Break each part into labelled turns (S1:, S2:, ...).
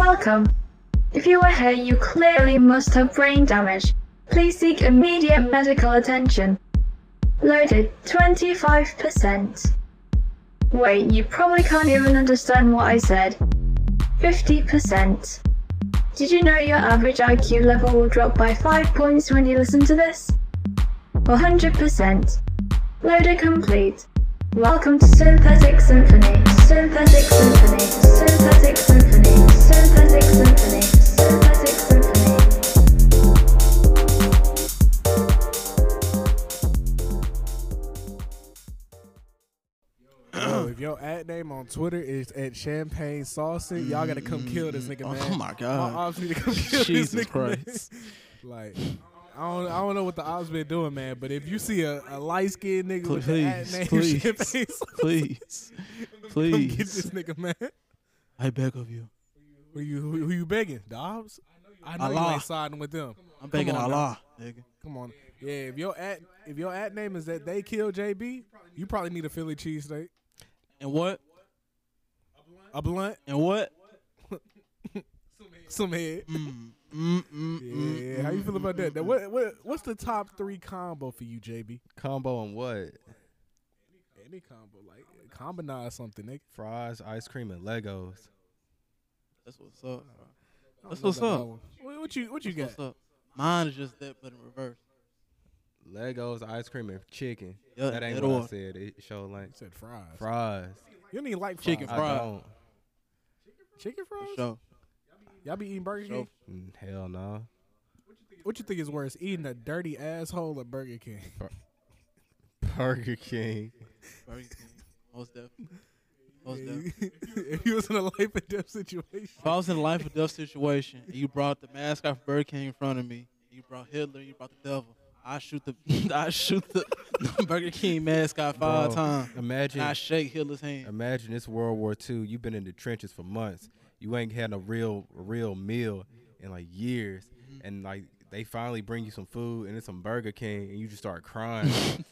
S1: outcome. If you were hurt, you clearly must have brain damage. Please seek immediate medical attention. Loaded 25%. Wait, you probably can't even understand what I said. 50%. Did you know your average IQ level will drop by 5 points when you listen to this? 100%. Loader complete. Welcome to Synthetic Symphony. Synthetic Symphony. Synthetic Symphony. Synthetic Symphony. Synthetic Symphony.
S2: Yo, if your ad name on Twitter is at Champagne Salsa, y'all gotta come kill this nigga, man.
S3: Oh my
S2: My
S3: god.
S2: ops need to come kill
S3: Jesus
S2: this nigga.
S3: Christ.
S2: man. Like, I don't, I don't know what the ops been doing, man. But if you see a, a light skinned nigga with an ad
S3: Please,
S2: name,
S3: please,
S2: Champagne Salsa,
S3: Please.
S2: come get this
S3: Please.
S2: nigga, man.
S3: I beg of you.
S2: Who you who, who you begging? The ops? I know you
S3: Allah.
S2: ain't siding with them.
S3: I'm begging
S2: on,
S3: Allah. Nigga.
S2: Come on, yeah. If your ad if your ad name is that they kill JB, you probably need a Philly cheesesteak,
S3: And what?
S2: a blunt,
S3: And what?
S2: some head.
S3: Mm, mm, mm,
S2: Yeah, how you feel about that? That- What, what what's the top three combo for you, JB?
S4: Combo and what?
S2: Any combo, like combine something, nigga.
S4: Fries, ice cream, and Legos.
S3: That's what's up. bro.
S2: I don't
S3: That's
S2: know
S3: what's
S2: about
S3: up.
S2: that one. What, what you what you got?
S3: What's up? Mine is just that, but in reverse.
S4: Legos, ice cream, and chicken.
S3: Yeah,
S4: that ain't
S3: that
S4: what I
S3: order.
S4: said. It showed like
S2: You said fries.
S4: fries.
S2: You don't even like fries.
S3: Chicken
S2: chicken.
S3: fries.
S4: I don't.
S2: Chicken fries?
S3: So,
S2: Y'all be eating Burger
S3: Sure.
S2: King?
S4: Mm, Hell no.
S2: What you think is worse, eating a dirty asshole or Burger King?
S4: Burger King.
S3: Burger King, most definitely. Most definitely.
S2: if you was in a life and death situation,
S3: If I was in a life or death situation, and you brought the mascot from Burger King in front of me, you brought Hitler, you brought the devil. I shoot the I shoot the Burger King mascot five
S4: Bro,
S3: times.
S4: Imagine.
S3: And I shake Hitler's hand.
S4: Imagine it's World War II. You've been in the trenches for months. You ain't had a real, real meal in like years,
S3: Mm-hmm.
S4: and like they finally bring you some food and it's some Burger King, and you just start crying.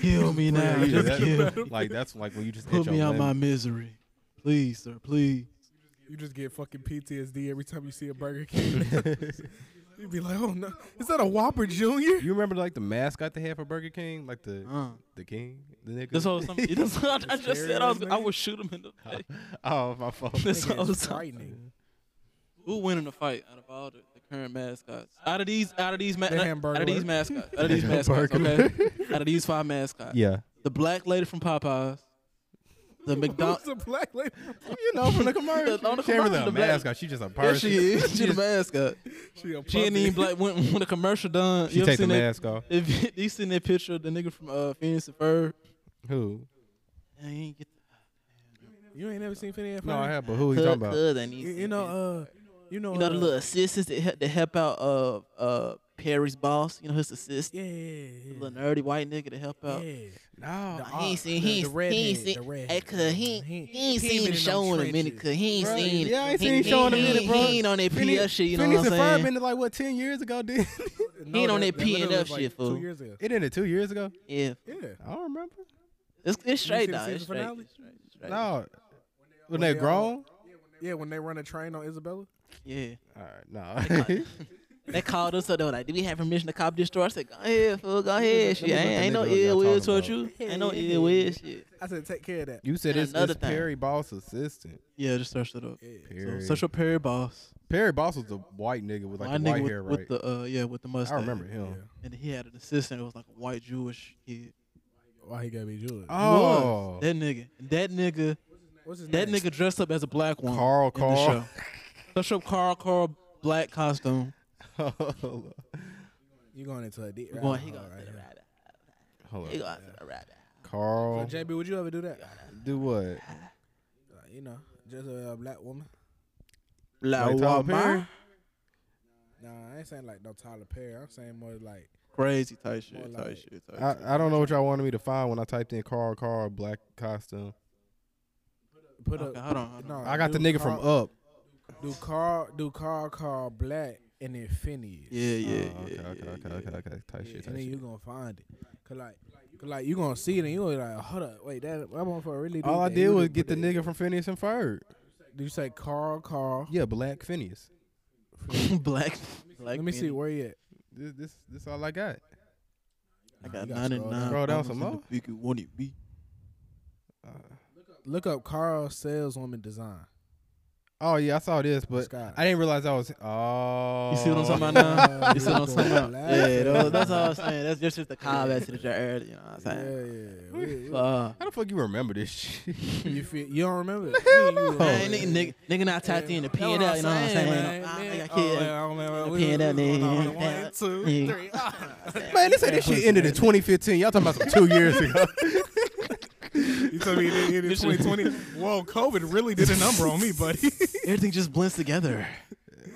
S3: Kill me now.
S4: Yeah,
S3: Just
S4: that-
S3: kill.
S4: like that's like when you just
S3: Put
S4: hit
S3: me
S4: your
S3: out my
S4: limit.
S3: misery. Please, sir, please.
S2: you just get fucking PTSD every time you see a Burger King. You'd be like, oh no, is that a Whopper Junior?
S4: You remember like the mascot they had for Burger King, like the
S3: Uh.
S4: the king, the nigga.
S3: That's all something. That's what I just said. I, was, I would shoot him in the face.
S4: oh my fault.
S3: That's
S2: Nigga,
S3: all
S2: it's
S3: something.
S2: frightening.
S3: Who win in the fight out of all the, the current mascots? Out of these, out of these, ma-
S2: The
S3: out of these
S2: Hamburglar.
S3: mascots, out of these mascots, okay? out of these five mascots,
S4: yeah,
S3: the black lady from Popeyes, the McDonald's.
S2: Who's a black lady?
S4: you know from the commercial.
S3: on the
S4: she ain't really
S3: commercial,
S4: a
S3: the black-
S4: mascot. She just a
S3: Yeah,
S4: person.
S3: she is. She the
S4: just-
S3: mascot.
S2: She, a
S3: She ain't
S2: puppy.
S3: even black. When, when the commercial done,
S4: She
S3: you ever
S4: take the
S3: seen that?
S4: mask off.
S3: If you seen that picture of the nigga from uh, Phoenix and Ferb,
S4: Who?
S3: I ain't get
S2: You ain't never seen Phineas. and
S4: No, I
S2: Ferb?
S4: have, but who are you talking about?
S2: You, you know, uh, you know,
S3: you know the
S2: uh,
S3: little assistants that help, that help out uh uh Perry's boss. You know his assistant,
S2: yeah, yeah,
S3: the little nerdy white nigga to help
S2: yeah,
S3: out.
S2: yeah.
S4: No,
S2: The
S3: He ain't
S2: art,
S3: seen,
S2: the- the
S3: he ain't, he ain't
S2: redhead,
S3: seen,
S2: the redhead.
S3: hey, cuz he, he, ain't
S2: been
S3: seen the
S2: them
S3: show in a minute,
S2: trenches.
S3: cuz he ain't
S4: Bruh,
S3: seen it.
S4: yeah, I ain't
S3: He-
S4: seen
S3: he-
S4: Show in a
S3: he-
S4: minute,
S3: he
S4: bruh.
S3: ain't on that
S4: Phoenix-
S3: PF shit, you know
S4: Phoenix
S3: what I'm
S4: and Ferb
S3: saying?
S4: ended like what ten years ago? Did
S2: No,
S3: ain't on that P and
S2: literally
S3: F
S2: was, like,
S3: shit, fool.
S2: Two years ago.
S4: it ended two years ago?
S3: Yeah,
S2: Yeah.
S4: I don't remember.
S3: it's, it's
S2: seen
S3: straight
S2: the
S3: though. It's
S2: season
S3: straight.
S2: finale?
S3: It's straight, it's straight.
S4: No, when
S2: they
S4: they
S2: all-
S4: grown.
S2: Yeah, when they run a train on Isabella.
S3: Yeah.
S4: All right, no.
S3: They called us up. They were like, "Do we have permission to cop this store?" I said, "Go ahead, fool. Go ahead. Shit,
S4: me
S3: ain't,
S4: let the
S3: ain't no
S4: nigga know what
S3: ill
S4: y'all
S3: will
S4: talking
S3: towards you.
S4: about.
S3: Ain't no ill will shit."
S2: I said, take care of that.
S4: you said it's,
S3: Another
S4: it's
S3: thing.
S4: Perry Boss assistant.
S3: Yeah, just search it up.
S4: Perry.
S3: Central Perry boss.
S4: Perry Boss was the white nigga with like
S3: My
S4: the
S3: nigga
S4: white
S3: with,
S4: hair,
S3: with
S4: right?
S3: the uh, yeah, with the
S4: I
S3: mustache.
S4: remember him.
S3: And he had an assistant. It was like a white Jewish kid.
S2: Why he gotta be Jewish?
S4: Oh,
S3: Was. that nigga. That nigga.
S2: Uh, What's his
S3: That
S2: name?
S3: nigga dressed up as a black one.
S4: Carl,
S3: in
S4: Carl.
S3: The show. Search up Carl Carl black costume.
S4: hold
S2: You going into a deep?
S3: We going. He
S2: rabbit hole
S3: goes to
S2: right
S3: the
S2: here.
S3: rabbit.
S4: on.
S3: He goes to the rabbit.
S4: Carl,
S2: So JB, would you ever do that?
S4: do what?
S2: Uh, you know, just a uh, black woman.
S3: La
S4: Like Tyler
S3: Wama.
S4: Perry?
S2: Nah, I ain't saying like no Tyler Perry. I'm saying more like
S3: Crazy type shit.
S2: More
S3: Type
S2: like-
S3: shit. Type shit.
S4: I, I don't know what y'all wanted me to find when I typed in Carl Carl black costume.
S2: put
S3: Okay,
S2: up.
S3: hold on. Hold on.
S2: No,
S4: I got the
S2: do
S4: nigga from
S2: Carl-
S4: Up.
S2: Do Carl? Do Carl? Carl Black and then Phineas.
S3: Yeah, yeah,
S4: Oh,
S3: yeah.
S4: okay, okay,
S3: yeah,
S4: okay,
S3: yeah.
S4: okay, okay. Tight shit,
S2: and
S4: tight
S2: then
S4: shit.
S2: you gonna find it. Cause like, cause like you gonna see it and you gonna be like, hold up, wait, that that motherfucker really.
S4: All I
S2: that.
S4: did
S2: He
S4: was
S2: really
S4: get the
S2: put that-
S4: nigga from Phineas and Ferb.
S2: Did you say Carl? Carl.
S4: Yeah, Black Phineas.
S3: black. black
S2: Let me see
S3: Phoenix.
S2: where he at.
S4: This this, this all I got.
S3: I got
S2: You gotta
S3: nine and
S2: scroll
S3: nine.
S2: down.
S4: Scroll down
S3: Almost
S4: some
S3: in the
S4: more.
S3: big you want it be.
S2: Look up Carl Saleswoman Design.
S4: Oh yeah, I saw this, but
S2: Scott.
S4: I didn't realize I was. Oh,
S3: You see what I'm talking about now? You see what I'm talking about?
S2: Laugh.
S3: Yeah, tho- that's all I'm saying. That's just just the combat to the earlier. You know what I'm
S2: Yeah,
S3: saying?
S2: yeah, yeah. We-
S3: Fuck.
S4: How the fuck you remember this shit?
S2: you, feel, you don't remember? it? Hell
S3: Man, nigga, nigga, nigga not tapped in the P and L. You know what I'm Oh, saying? Man, I- I
S2: Oh,
S3: got kid. P&L, nigga.
S2: One, two,
S3: Yeah.
S2: three. ah.
S4: Man, they say this shit ended in 2015. Y'all talking about some two years ago.
S2: You told me it ended in 2020. Whoa, COVID really did a number on me, buddy.
S3: Everything just blends together.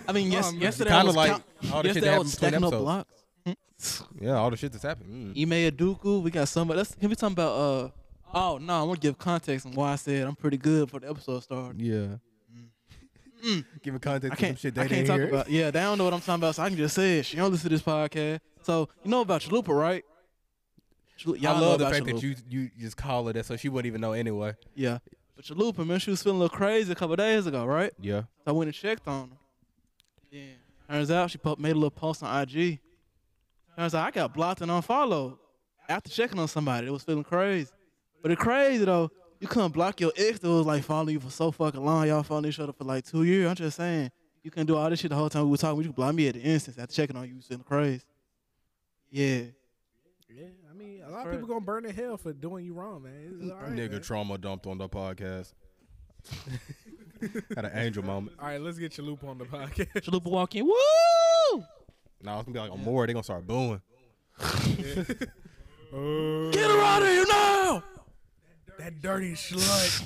S3: I mean, yes,
S2: man.
S3: yesterday I
S4: Kinda
S3: was
S4: like
S3: count-
S4: all the shit that
S3: yesterday I
S4: happened
S3: was
S4: between
S3: stacking up
S4: episodes.
S3: blocks. Hmm?
S4: yeah, all the shit that's happened. Mm.
S3: Ime Aduku, we got somebody. Let's can we talk about? Uh, oh no, I'm gonna give context on why I said I'm pretty good for the episode started.
S4: Yeah.
S3: Mm.
S4: Giving
S3: I
S4: context to some
S3: can't,
S4: shit
S3: I
S4: they
S3: can't
S4: didn't
S3: talk
S4: hear.
S3: about. Yeah, they don't know what I'm talking about, so I can just say it. She don't listen to this podcast, so you know about Chalupa, right? Chalu-
S4: I
S3: y'all know
S4: love the
S3: about
S4: fact that
S3: Chalupa.
S4: you you just call her that, so she wouldn't even know anyway.
S3: Yeah, but Chalupa, man, she was feeling a little crazy a couple days ago, right?
S4: Yeah.
S3: So I went and checked on her. Yeah. Turns out she po- made a little post on IG. Turns out I got blocked and unfollowed after checking on somebody. It was feeling crazy. But it crazy though, you couldn't block your ex that was like following you for so fucking long. Y'all following each other for like two years. I'm just saying, you couldn't do all this shit the whole time we were talking. You could block me at the instance after checking on you. It was feeling crazy. Yeah.
S2: Yeah, I mean, a lot of people gonna burn in hell for doing you wrong, man. It's all right,
S4: Nigga
S2: man.
S4: trauma dumped on the podcast. Had an angel moment.
S2: All right, let's get your loop on the podcast.
S3: Chalupa walk in. Woo!
S4: Now it's gonna be like a more. They gonna start booing.
S3: Get her out of here now!
S2: that dirty slut.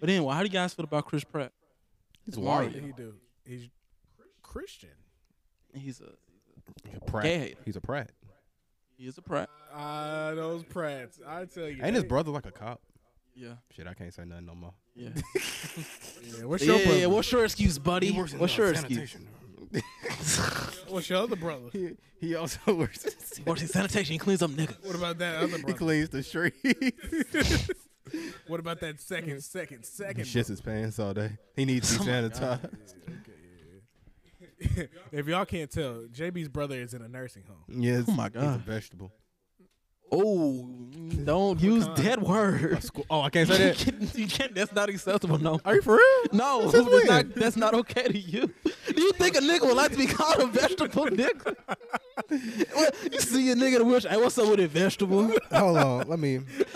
S3: But anyway, how do you guys feel about Chris Pratt?
S4: He's
S2: What
S4: white.
S2: did he do? He's Christian.
S3: He's a
S4: He's a prat.
S3: Gay hater.
S4: He's a prat.
S3: he is a Pratt.
S2: Ah, those prats. I tell you.
S4: Ain't his brother like a cop?
S3: Yeah.
S4: Shit, I can't say nothing no more.
S3: Yeah.
S2: Yeah, what's
S3: Yeah,
S2: your
S3: yeah,
S2: brother?
S3: yeah. What's your excuse, buddy?
S4: He works in,
S3: What's
S4: uh,
S3: your excuse?
S4: sanitation.
S2: What's your other brother?
S4: He- he also works. in-
S3: Works in sanitation. He cleans up niggas.
S2: What about that other
S4: he
S2: brother?
S4: cleans the streets.
S2: What about that second, second,
S4: He
S2: second?
S4: shits his pants all day. He needs to be
S3: Oh
S4: sanitized.
S2: brother? if y'all can't tell, JB's brother is in a nursing home.
S4: Yes.
S3: Oh my
S4: He's a
S3: God.
S4: vegetable.
S3: Oh, don't use that word.
S4: Oh, I can't say
S3: You
S4: that.
S3: can't- you can't- that's not acceptable. No.
S4: Are you for real?
S3: No,
S4: Since
S3: that's
S4: when?
S3: not, that's not okay to you. Do you think a nigga would like to be called a vegetable nigga? Well, you see a nigga in the wheelchair. Hey, what's up with it, vegetable?
S4: Hold on. Let me.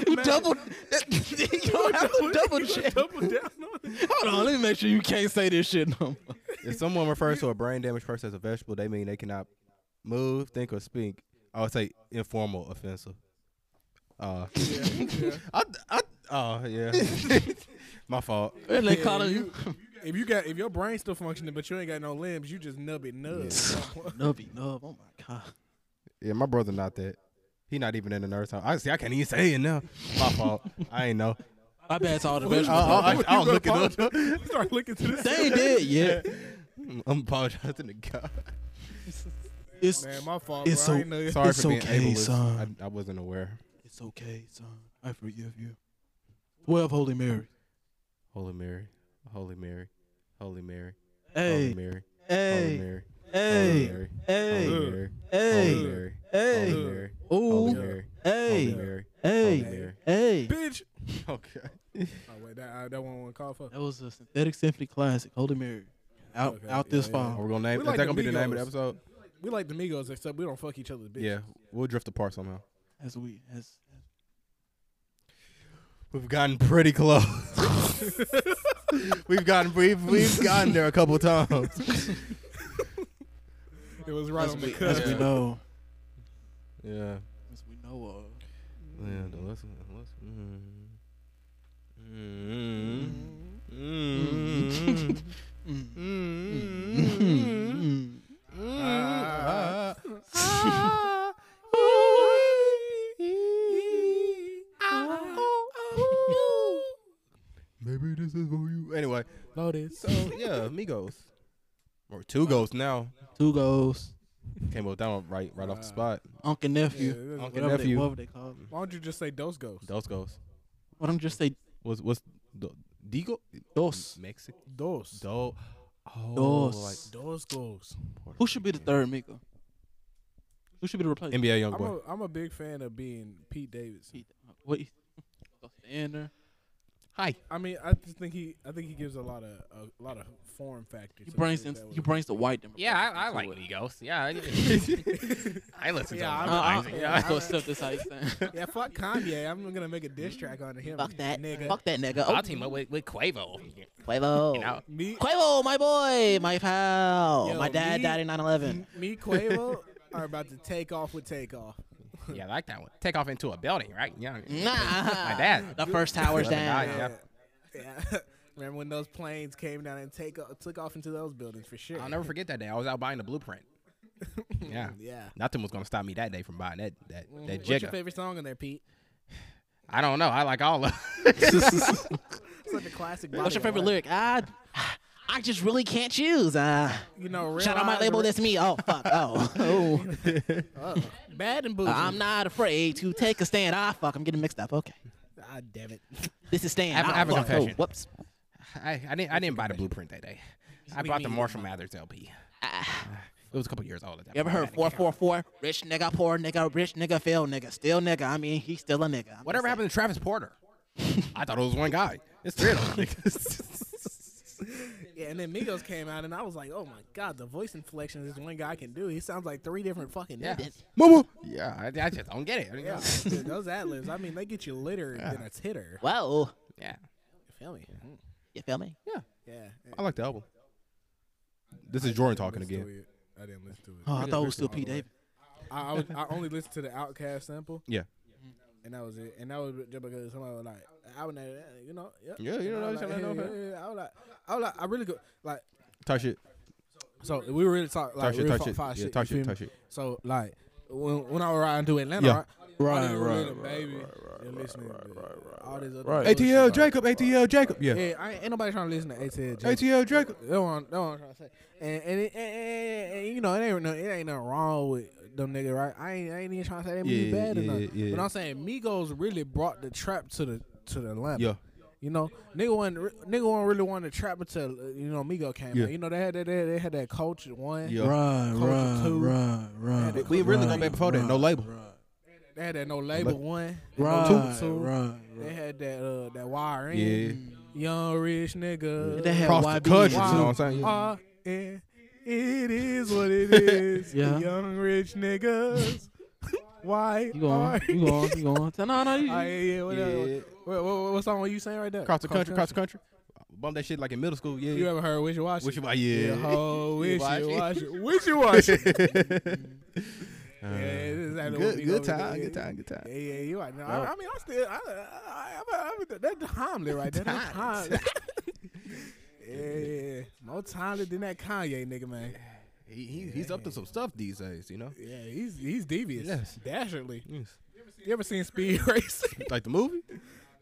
S3: You double. you don't have to double check.
S2: Double down on it.
S3: Hold on, let me make sure you can't say this shit no more.
S4: If someone refers to a brain damaged person as a vegetable, they mean they cannot move, think, or speak. I would say informal offensive. Uh, I, I, oh yeah, my fault.
S3: And they calling you
S2: If you got if your brain's still functioning but you ain't got no limbs, you just nub it nub.
S3: nubby nub. Oh my god.
S4: Yeah, my brother not that. He not even in the nurse home. I see. I can't even say it now. My fault. I ain't know.
S3: My bad to all the
S4: I,
S3: vegetables.
S4: I, I, I'll look it up.
S2: Start looking to this.
S3: They ain't dead yet.
S4: I'm apologizing to God.
S3: It's
S2: Man, my fault.
S3: It's
S2: bro. I
S3: so-
S2: ain't know you-
S4: Sorry
S3: It's
S4: for being
S3: okay,
S4: ableist.
S3: son.
S4: I, I wasn't aware.
S3: it's okay, son. I forgive you. Twelve Holy Mary.
S4: Holy Mary, Holy Mary, Holy Mary, Holy
S3: Hey,
S4: Mary, Holy
S3: hey,
S4: Mary, Holy
S3: hey,
S4: Mary,
S3: hey,
S4: Holy Mary, Holy
S3: hey,
S4: Mary, Holy
S3: hey,
S4: Mary, Holy
S3: ooh,
S4: Mary, Holy
S3: hey,
S4: Mary.
S3: hey,
S4: Mary.
S3: hey.
S2: bitch.
S4: Okay.
S2: Oh wait, that uh, that one one call for.
S3: That was a synthetic symphony classic, Holy Mary. Out,
S2: Okay,
S3: out this
S2: yeah,
S4: Oh,
S3: fall.
S4: we're gonna name.
S2: We
S4: Is
S2: like
S4: that gonna be the name of the
S2: Amigos.
S4: episode?
S2: We like the Migos except we don't fuck each other's bitch.
S4: Yeah, we'll drift apart somehow.
S3: As we, as
S4: We've gotten pretty close. we've gotten we've we've gotten there a couple times.
S2: It was right
S3: as
S2: on
S3: we,
S2: the
S3: as
S2: cusp.
S3: we know,
S4: Yeah.
S3: as we know of.
S4: Yeah. the less- the less- mm. Mm. Mm. Mm.
S3: Mm.
S4: Ah. Maybe this is for you. Anyway,
S2: Lotus.
S4: so yeah, Migos. Or two ghosts now.
S3: Two goals,
S4: Came up down right right off the spot.
S3: uncle
S2: Yeah,
S3: nephew,
S2: that's-
S4: Uncle
S3: whatever they,
S4: nephew.
S3: whatever they call it.
S2: why don't you just say Dose Ghost?
S4: Those ghosts.
S3: Why don't you just say
S4: What's what's the Digo?
S5: Dos.
S4: Mexico?
S2: Dos.
S4: Do. Oh,
S5: Dos.
S4: like
S2: Dos goals.
S4: Puerto
S5: Who should be the
S4: Rican.
S5: third Mika? Who should be the replacement?
S4: NBA young
S2: I'm a,
S4: boy.
S2: I'm a big fan of being Pete Davidson.
S5: Pete. What? Stand there.
S4: Hi.
S2: I mean, I just think he, I think he gives a lot of a lot of form factor.
S5: He
S2: to the
S5: brings
S2: group
S5: in,
S2: that
S5: he
S2: way.
S5: brings the white demographic
S3: Yeah, I, I
S5: into
S3: like
S5: it.
S3: Migos. Yeah, I, I listen
S2: Yeah,
S3: to
S2: I'm-
S3: them. I,
S5: Uh, I,
S2: Yeah, I
S5: I, I, I
S2: like-
S5: accept this how you saying.
S2: Yeah, fuck Kanye. I'm gonna make a diss track on him. nigga.
S5: that nigga. Oh,
S3: will team up with, with Quavo.
S5: Quavo.
S4: Oh.
S3: You know,
S2: Me,
S5: Quavo, my boy, my pal.
S2: Yo, My dad me- died in
S5: 9/11.
S2: me, Quavo are about to take off with take off.
S3: yeah, I like that one. Take off into a building, right? Yeah.
S5: Nah.
S3: My dad.
S5: The first tower's
S3: Eleven
S5: down.
S3: dollars. Yeah.
S2: Yeah. Remember when those planes came down and take o- took off into those buildings for sure.
S3: I'll never forget that day. I was out buying the blueprint. Yeah.
S2: Yeah.
S3: Nothing was gonna stop me that day from buying that that that
S2: What's your
S3: jigger.
S2: favorite song on there, Pete?
S3: I don't know. I like all of.
S2: It's like a classic. body
S5: What's your
S2: of
S5: favorite
S2: work.
S5: lyric? I, I just really can't choose. Uh,
S2: You know, real
S5: shout out my
S2: eyes
S5: label.
S2: are-
S5: That's me. Oh fuck. Oh. oh.
S2: Oh, bad and bougie.
S5: I'm not afraid to take a stand. Ah fuck. I'm getting mixed up. Okay.
S2: Ah, damn it.
S5: This is stand.
S3: I have-
S5: Ah,
S3: I have a
S5: fuck. Oh,
S3: confession.
S5: whoops.
S3: I, I didn't I didn't buy the blueprint that day. I bought the Marshall Mathers LP. It was a couple years old at that.
S5: You ever
S3: point. I
S5: heard
S3: didn't
S5: four
S3: care.
S5: four four? Rich nigga, poor nigga, rich nigga, fail nigga, still nigga. I mean, he's still a nigga. I'm
S3: Whatever
S5: just
S3: happened to Travis Porter? I thought it was one guy. It's three of them.
S2: Yeah, and then Migos came out, and I was like, oh my god, the voice inflection this one guy can do. He sounds like three different fucking.
S3: yeah.
S2: niggas.
S3: Mama. Yeah. I, I just don't get it.
S2: Yeah, dude, those ad libs. I mean, they get you litter than a titter.
S5: saying. Whoa.
S3: Yeah.
S2: You feel me? Mm,
S5: You feel me?
S2: Yeah.
S4: I like the album. This is Jordan talking
S2: Listen to
S4: again.
S2: it. I didn't listen to it.
S5: Oh, I thought it was still P. David.
S2: I, I, was, I only listened to the Outcast sample.
S4: Yeah.
S2: And that was it. And that was just because somebody was like, I would never, you know, yep.
S4: Yeah, you
S2: And
S4: know
S2: I
S4: what
S2: was
S4: I'm
S2: like,
S4: saying, I know
S2: yeah, yeah, yeah. I was like, I was like, I really go like.
S4: Talk shit.
S2: So we were really talk like
S4: Talk shit.
S2: real
S4: Talk
S2: fi-
S4: shit.
S2: fire
S4: Yeah,
S2: shit.
S4: talk
S2: you
S4: shit.
S2: feel
S4: Talk
S2: me?
S4: shit.
S2: So like when when I was riding through Atlanta,
S4: Yeah.
S2: right?
S5: Right,
S2: I
S5: right,
S2: right, baby, and listening to all this other
S5: right.
S2: bullshit,
S4: ATL
S2: like-
S4: Jacob. ATL Jacob. Yeah.
S2: Yeah, I ain't, ain't nobody trying to listen to ATL Jacob.
S4: ATL Jacob.
S2: That's what I'm, that's what I'm trying to say. And and, it, and, and, and, you know it ain't no, it ain't nothing wrong with them niggas, right? I ain't, I ain't even trying to say they music
S4: Yeah,
S2: bad or
S4: yeah,
S2: nothing.
S4: yeah.
S2: But I'm saying Migos really brought the trap to the to the Atlanta.
S4: Yeah.
S2: You know, nigga one nigga one really wanted to trap until uh, you know Migo came
S4: Yeah.
S2: out. You know they had that they, they had that culture one.
S4: Yeah.
S5: Right,
S2: Culture right, two.
S5: right, right.
S2: They-
S4: We really going back before that. No label.
S2: They had that no label
S4: Lab-
S2: one.
S5: Right,
S2: no two.
S5: right,
S2: They had that uh that wire in.
S4: Yeah.
S2: Young rich nigga.
S5: They had
S4: Across the
S5: YB.
S4: country. You
S2: Wow.
S4: know what I'm saying? Yeah.
S2: Ah, yeah. It is what it is.
S5: Yeah.
S2: Young rich niggas. Why?
S5: You going? You going? You going? No, no,
S2: Ah, yeah,
S5: you.
S2: yeah. What,
S4: Yeah.
S2: What, what, what song were you saying right there?
S4: Across the country. Across the country. Bump that shit like in middle school.
S2: You
S4: Yeah.
S2: ever heard Wishy Washy?
S4: Which about yeah.
S2: Oh, Wishy
S4: Washy.
S2: Washy. Wishy Washy.
S4: Uh,
S2: Yeah, this is exactly what
S4: Good,
S2: we
S4: good
S2: gonna do.
S4: time,
S2: Yeah,
S4: good time, good time.
S2: Yeah, yeah, you right now. I, I mean, I still, I, I, I, I, I, that's timely right there. That's timely. yeah, yeah, more timely than that Kanye nigga, man.
S4: He, he, he's up to some stuff these days, you know.
S2: Yeah, he's he's devious,
S4: Yes.
S2: dashingly.
S4: Yes.
S2: You ever seen Speed Racing?
S4: Like the movie,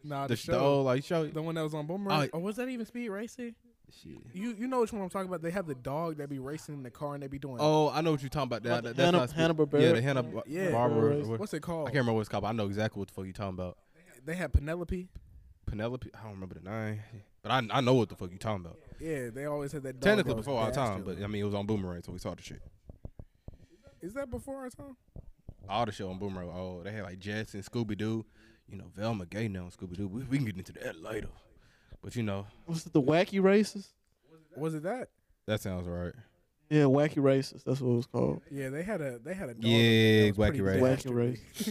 S2: nah, the,
S4: the,
S2: show,
S4: the old like show.
S2: the one that was on Boomerang.
S4: Oh,
S2: or was that even Speed Racing?
S4: Shit.
S2: You you know which one I'm talking about? They have the dog that be racing in the car and they be doing.
S4: Oh, I know what you're talking about. That,
S5: Like
S4: that,
S5: the
S4: that's not
S5: Hanna-
S4: Speed-
S5: Hanna-Barbera-
S4: Yeah, the Hanna Bar-
S2: Yeah.
S4: Barbera. or what-
S2: what's it called?
S4: I can't remember what it's called, but I know exactly what the fuck you're talking about.
S2: They had Penelope.
S4: Penelope. I don't remember the name, but I I know what the fuck you're talking about.
S2: Yeah, they always had that. Dog
S4: Technically
S2: that was
S4: before our time,
S2: dastardly.
S4: but I mean it was on Boomerang, so we saw the shit.
S2: is that before our time?
S4: All the show on Boomerang. Oh, they had like Jets and Scooby Doo. You know, Velma Gay now on Scooby Doo. We, we can get into that later, but you know
S5: Was it the Wacky Races?
S2: Was it that?
S4: that sounds right.
S5: Yeah, Wacky Races. That's what it was called.
S2: Yeah, they had a they had a dog.
S4: Yeah,
S2: that was pretty
S4: Wacky Races.
S2: bad.
S5: Wacky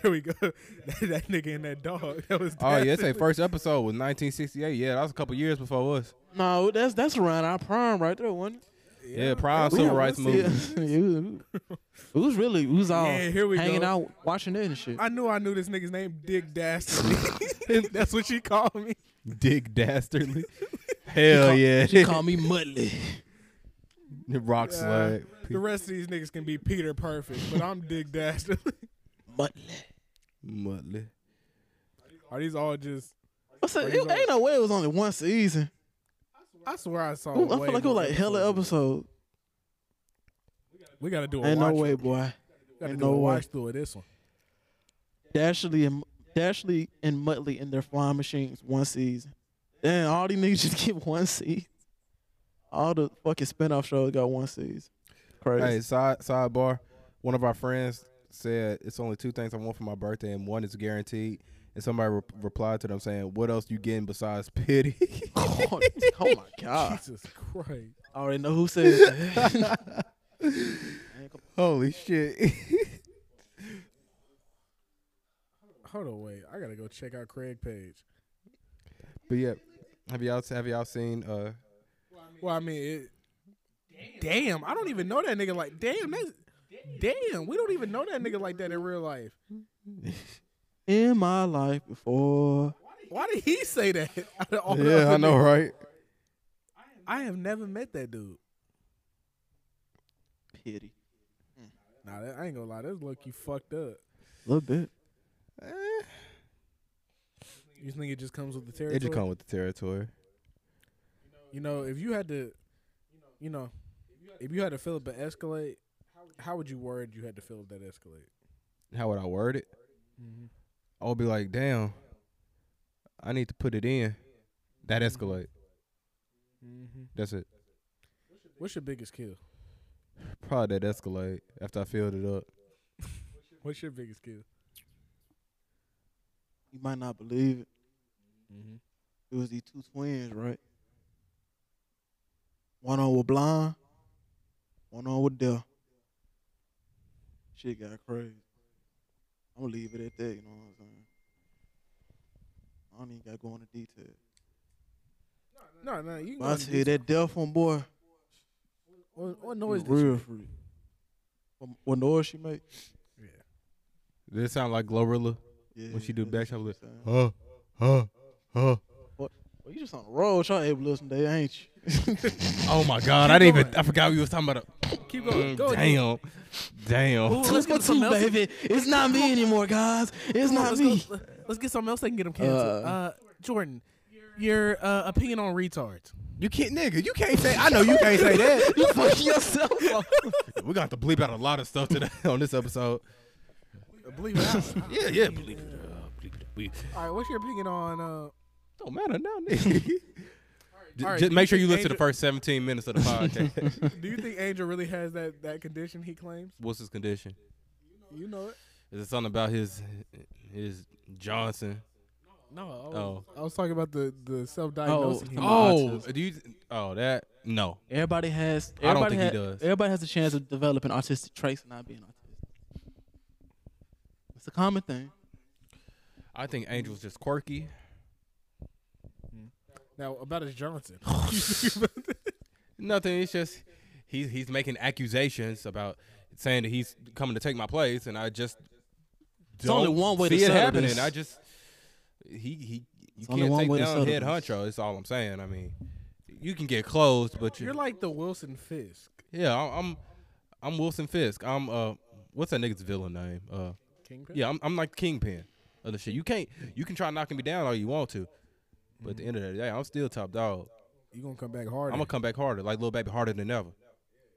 S2: there we go. that, that nigga and that dog. That was.
S4: Oh yeah,
S2: that's
S4: it's a first episode was 1968. Yeah, that was a couple years before us.
S5: No, that's that's around our prime right there, wasn't it?
S4: Yeah, prime
S2: We
S4: civil
S2: don't
S4: rights
S2: wanna see
S4: movement.
S2: it.
S5: it, was, it was really we was all
S2: Yeah, here we
S5: hanging
S2: go.
S5: out watching it and shit.
S2: I knew I knew this nigga's name, Dick Dastardly. That's what she called me.
S4: Dick Dastardly. Hell
S5: Oh,
S4: yeah.
S5: She called me Mudley.
S4: Rock
S2: Uh,
S4: slide.
S2: the rest of these niggas can be Peter Perfect, but I'm Dick Dastardly.
S5: Mudley.
S4: Mudley.
S2: Are these all just?
S5: What's it,
S2: Where
S5: it,
S2: you going?
S5: ain't no way it was only one season.
S2: I swear I saw.
S5: Ooh, I
S2: way
S5: feel like it was
S2: more
S5: like hella
S2: episodes.
S5: episode.
S2: We gotta do a
S5: Ain't
S2: watch.
S5: no way, boy.
S2: Gotta
S5: ain't
S2: do
S5: no
S2: a
S5: way.
S2: watch through of this one.
S5: Dashley and Dashley and Muttley in their flying machines one season. Then all these niggas just get one season. All the fucking spinoff shows got one season. Crazy.
S4: Hey, side sidebar. One of our friends said it's only two things I want for my birthday, and one is guaranteed. And somebody re- replied to them saying, "What else you getting besides pity?"
S5: oh, oh my god!
S2: Jesus Christ.
S5: I already know who said it.
S4: Holy shit!
S2: Hold on, wait. I gotta go check out Craig Page.
S4: but yeah, have y'all have y'all seen? Uh,
S2: Well, I mean, it, damn. I don't even know that nigga like. Damn, that's damn. We don't even know that nigga like that in real life.
S5: In my life before,
S2: Why did he say that? Out of all the
S4: yeah,
S2: other
S4: I know,
S2: niggas?
S4: right?
S2: I have never met that dude.
S5: pity.
S2: Nah, that, I ain't gonna lie. That's look you fucked up.
S5: A little bit.
S2: You think it just comes with the territory?
S4: It just come with the territory.
S2: You know, if you had to, you know, if you had to fill up an Escalade, how would you word you had to fill up that Escalade?
S4: How would I word it?
S2: Mm-hmm.
S4: I would be like, "Damn, I need to put it in." That escalate. That's it.
S2: What's your biggest kill?
S4: Probably that escalate after I filled it up.
S2: What's your biggest kill?
S5: You might not believe it.
S2: Mm-hmm.
S5: It was these two twins, right? One on with blind, one on with deaf. Shit got crazy. I'm gonna leave it at that. You know what I'm saying? I don't even gotta go into detail.
S2: No, no, you can
S5: But
S2: go
S5: I
S2: into
S5: tell you that deaf one boy,
S2: What, what
S5: was
S2: noise did
S5: real
S2: you
S5: freak. What, what noise she make?
S4: Did it sound like Glorilla
S5: Yeah,
S4: when she do
S5: that's
S4: backshot
S5: what
S4: with
S5: she sound.
S4: huh, huh, huh?
S5: Well, you just on the road, trying to able to listen today, ain't you?
S4: Oh my god, I didn't even I forgot we was talking about a
S2: Keep going. Go ahead.
S4: damn. Damn.
S2: let's go to something else.
S5: baby. It's not me anymore, guys. It's not
S2: Let's,
S5: me.
S2: go, let- let's get something else that can get them canceled. Uh, Jordan, your uh, opinion on retards.
S4: You can't nigga, you can't say I know you can't say that.
S5: You fuck yourself up.
S4: we got to bleep out a lot of stuff today on this episode.
S2: Uh, Believe it or not.
S4: Yeah, yeah, bleep it up. Bleep it up. bleep-
S2: All right, what's your opinion on? Uh,
S4: Don't matter now, nigga. J-
S2: Alright,
S4: just
S2: do you
S4: make sure you
S2: think
S4: listen to the
S2: Angel-
S4: first 17 minutes of the podcast.
S2: do you think Angel really has that that condition he claims?
S4: What's his condition?
S2: You know it.
S4: Is it something about his his Johnson?
S2: No, I was,
S4: Oh.
S2: I was talking about the the self
S5: Oh,
S2: diagnosing.
S4: Oh, do you? Oh, that no.
S5: Everybody has.
S4: I don't
S5: Everybody
S4: think he
S5: ha-
S4: does.
S5: Everybody has a chance of developing autistic traits and not being autistic. It's a common thing.
S4: I think Angel's just quirky.
S2: Now about his Johnson.
S4: Nothing. It's just he's he's making accusations about saying that he's coming to take my place, and I just
S5: There's only
S4: don't
S5: one way to
S4: see it
S5: settle
S4: happening.
S5: this.
S4: I just he he. You
S5: only
S4: can't
S5: one
S4: take
S5: way to
S4: down
S5: settle
S4: head
S5: this.
S4: honcho. That's all I'm saying. I mean, you can get closed, but
S2: You're
S4: you
S2: like the Wilson Fisk,
S4: yeah. I'm I'm- I'm Wilson Fisk. I'm uh, what's that nigga's villain name? Uh,
S2: Kingpin.
S4: yeah. I'm I'm like kingpin of the shit. You can't you can try knocking me down all you want to, but at the end of the day, I'm still top dog.
S2: you gonna come back hard.
S4: I'm gonna come back harder, like little baby, harder than ever.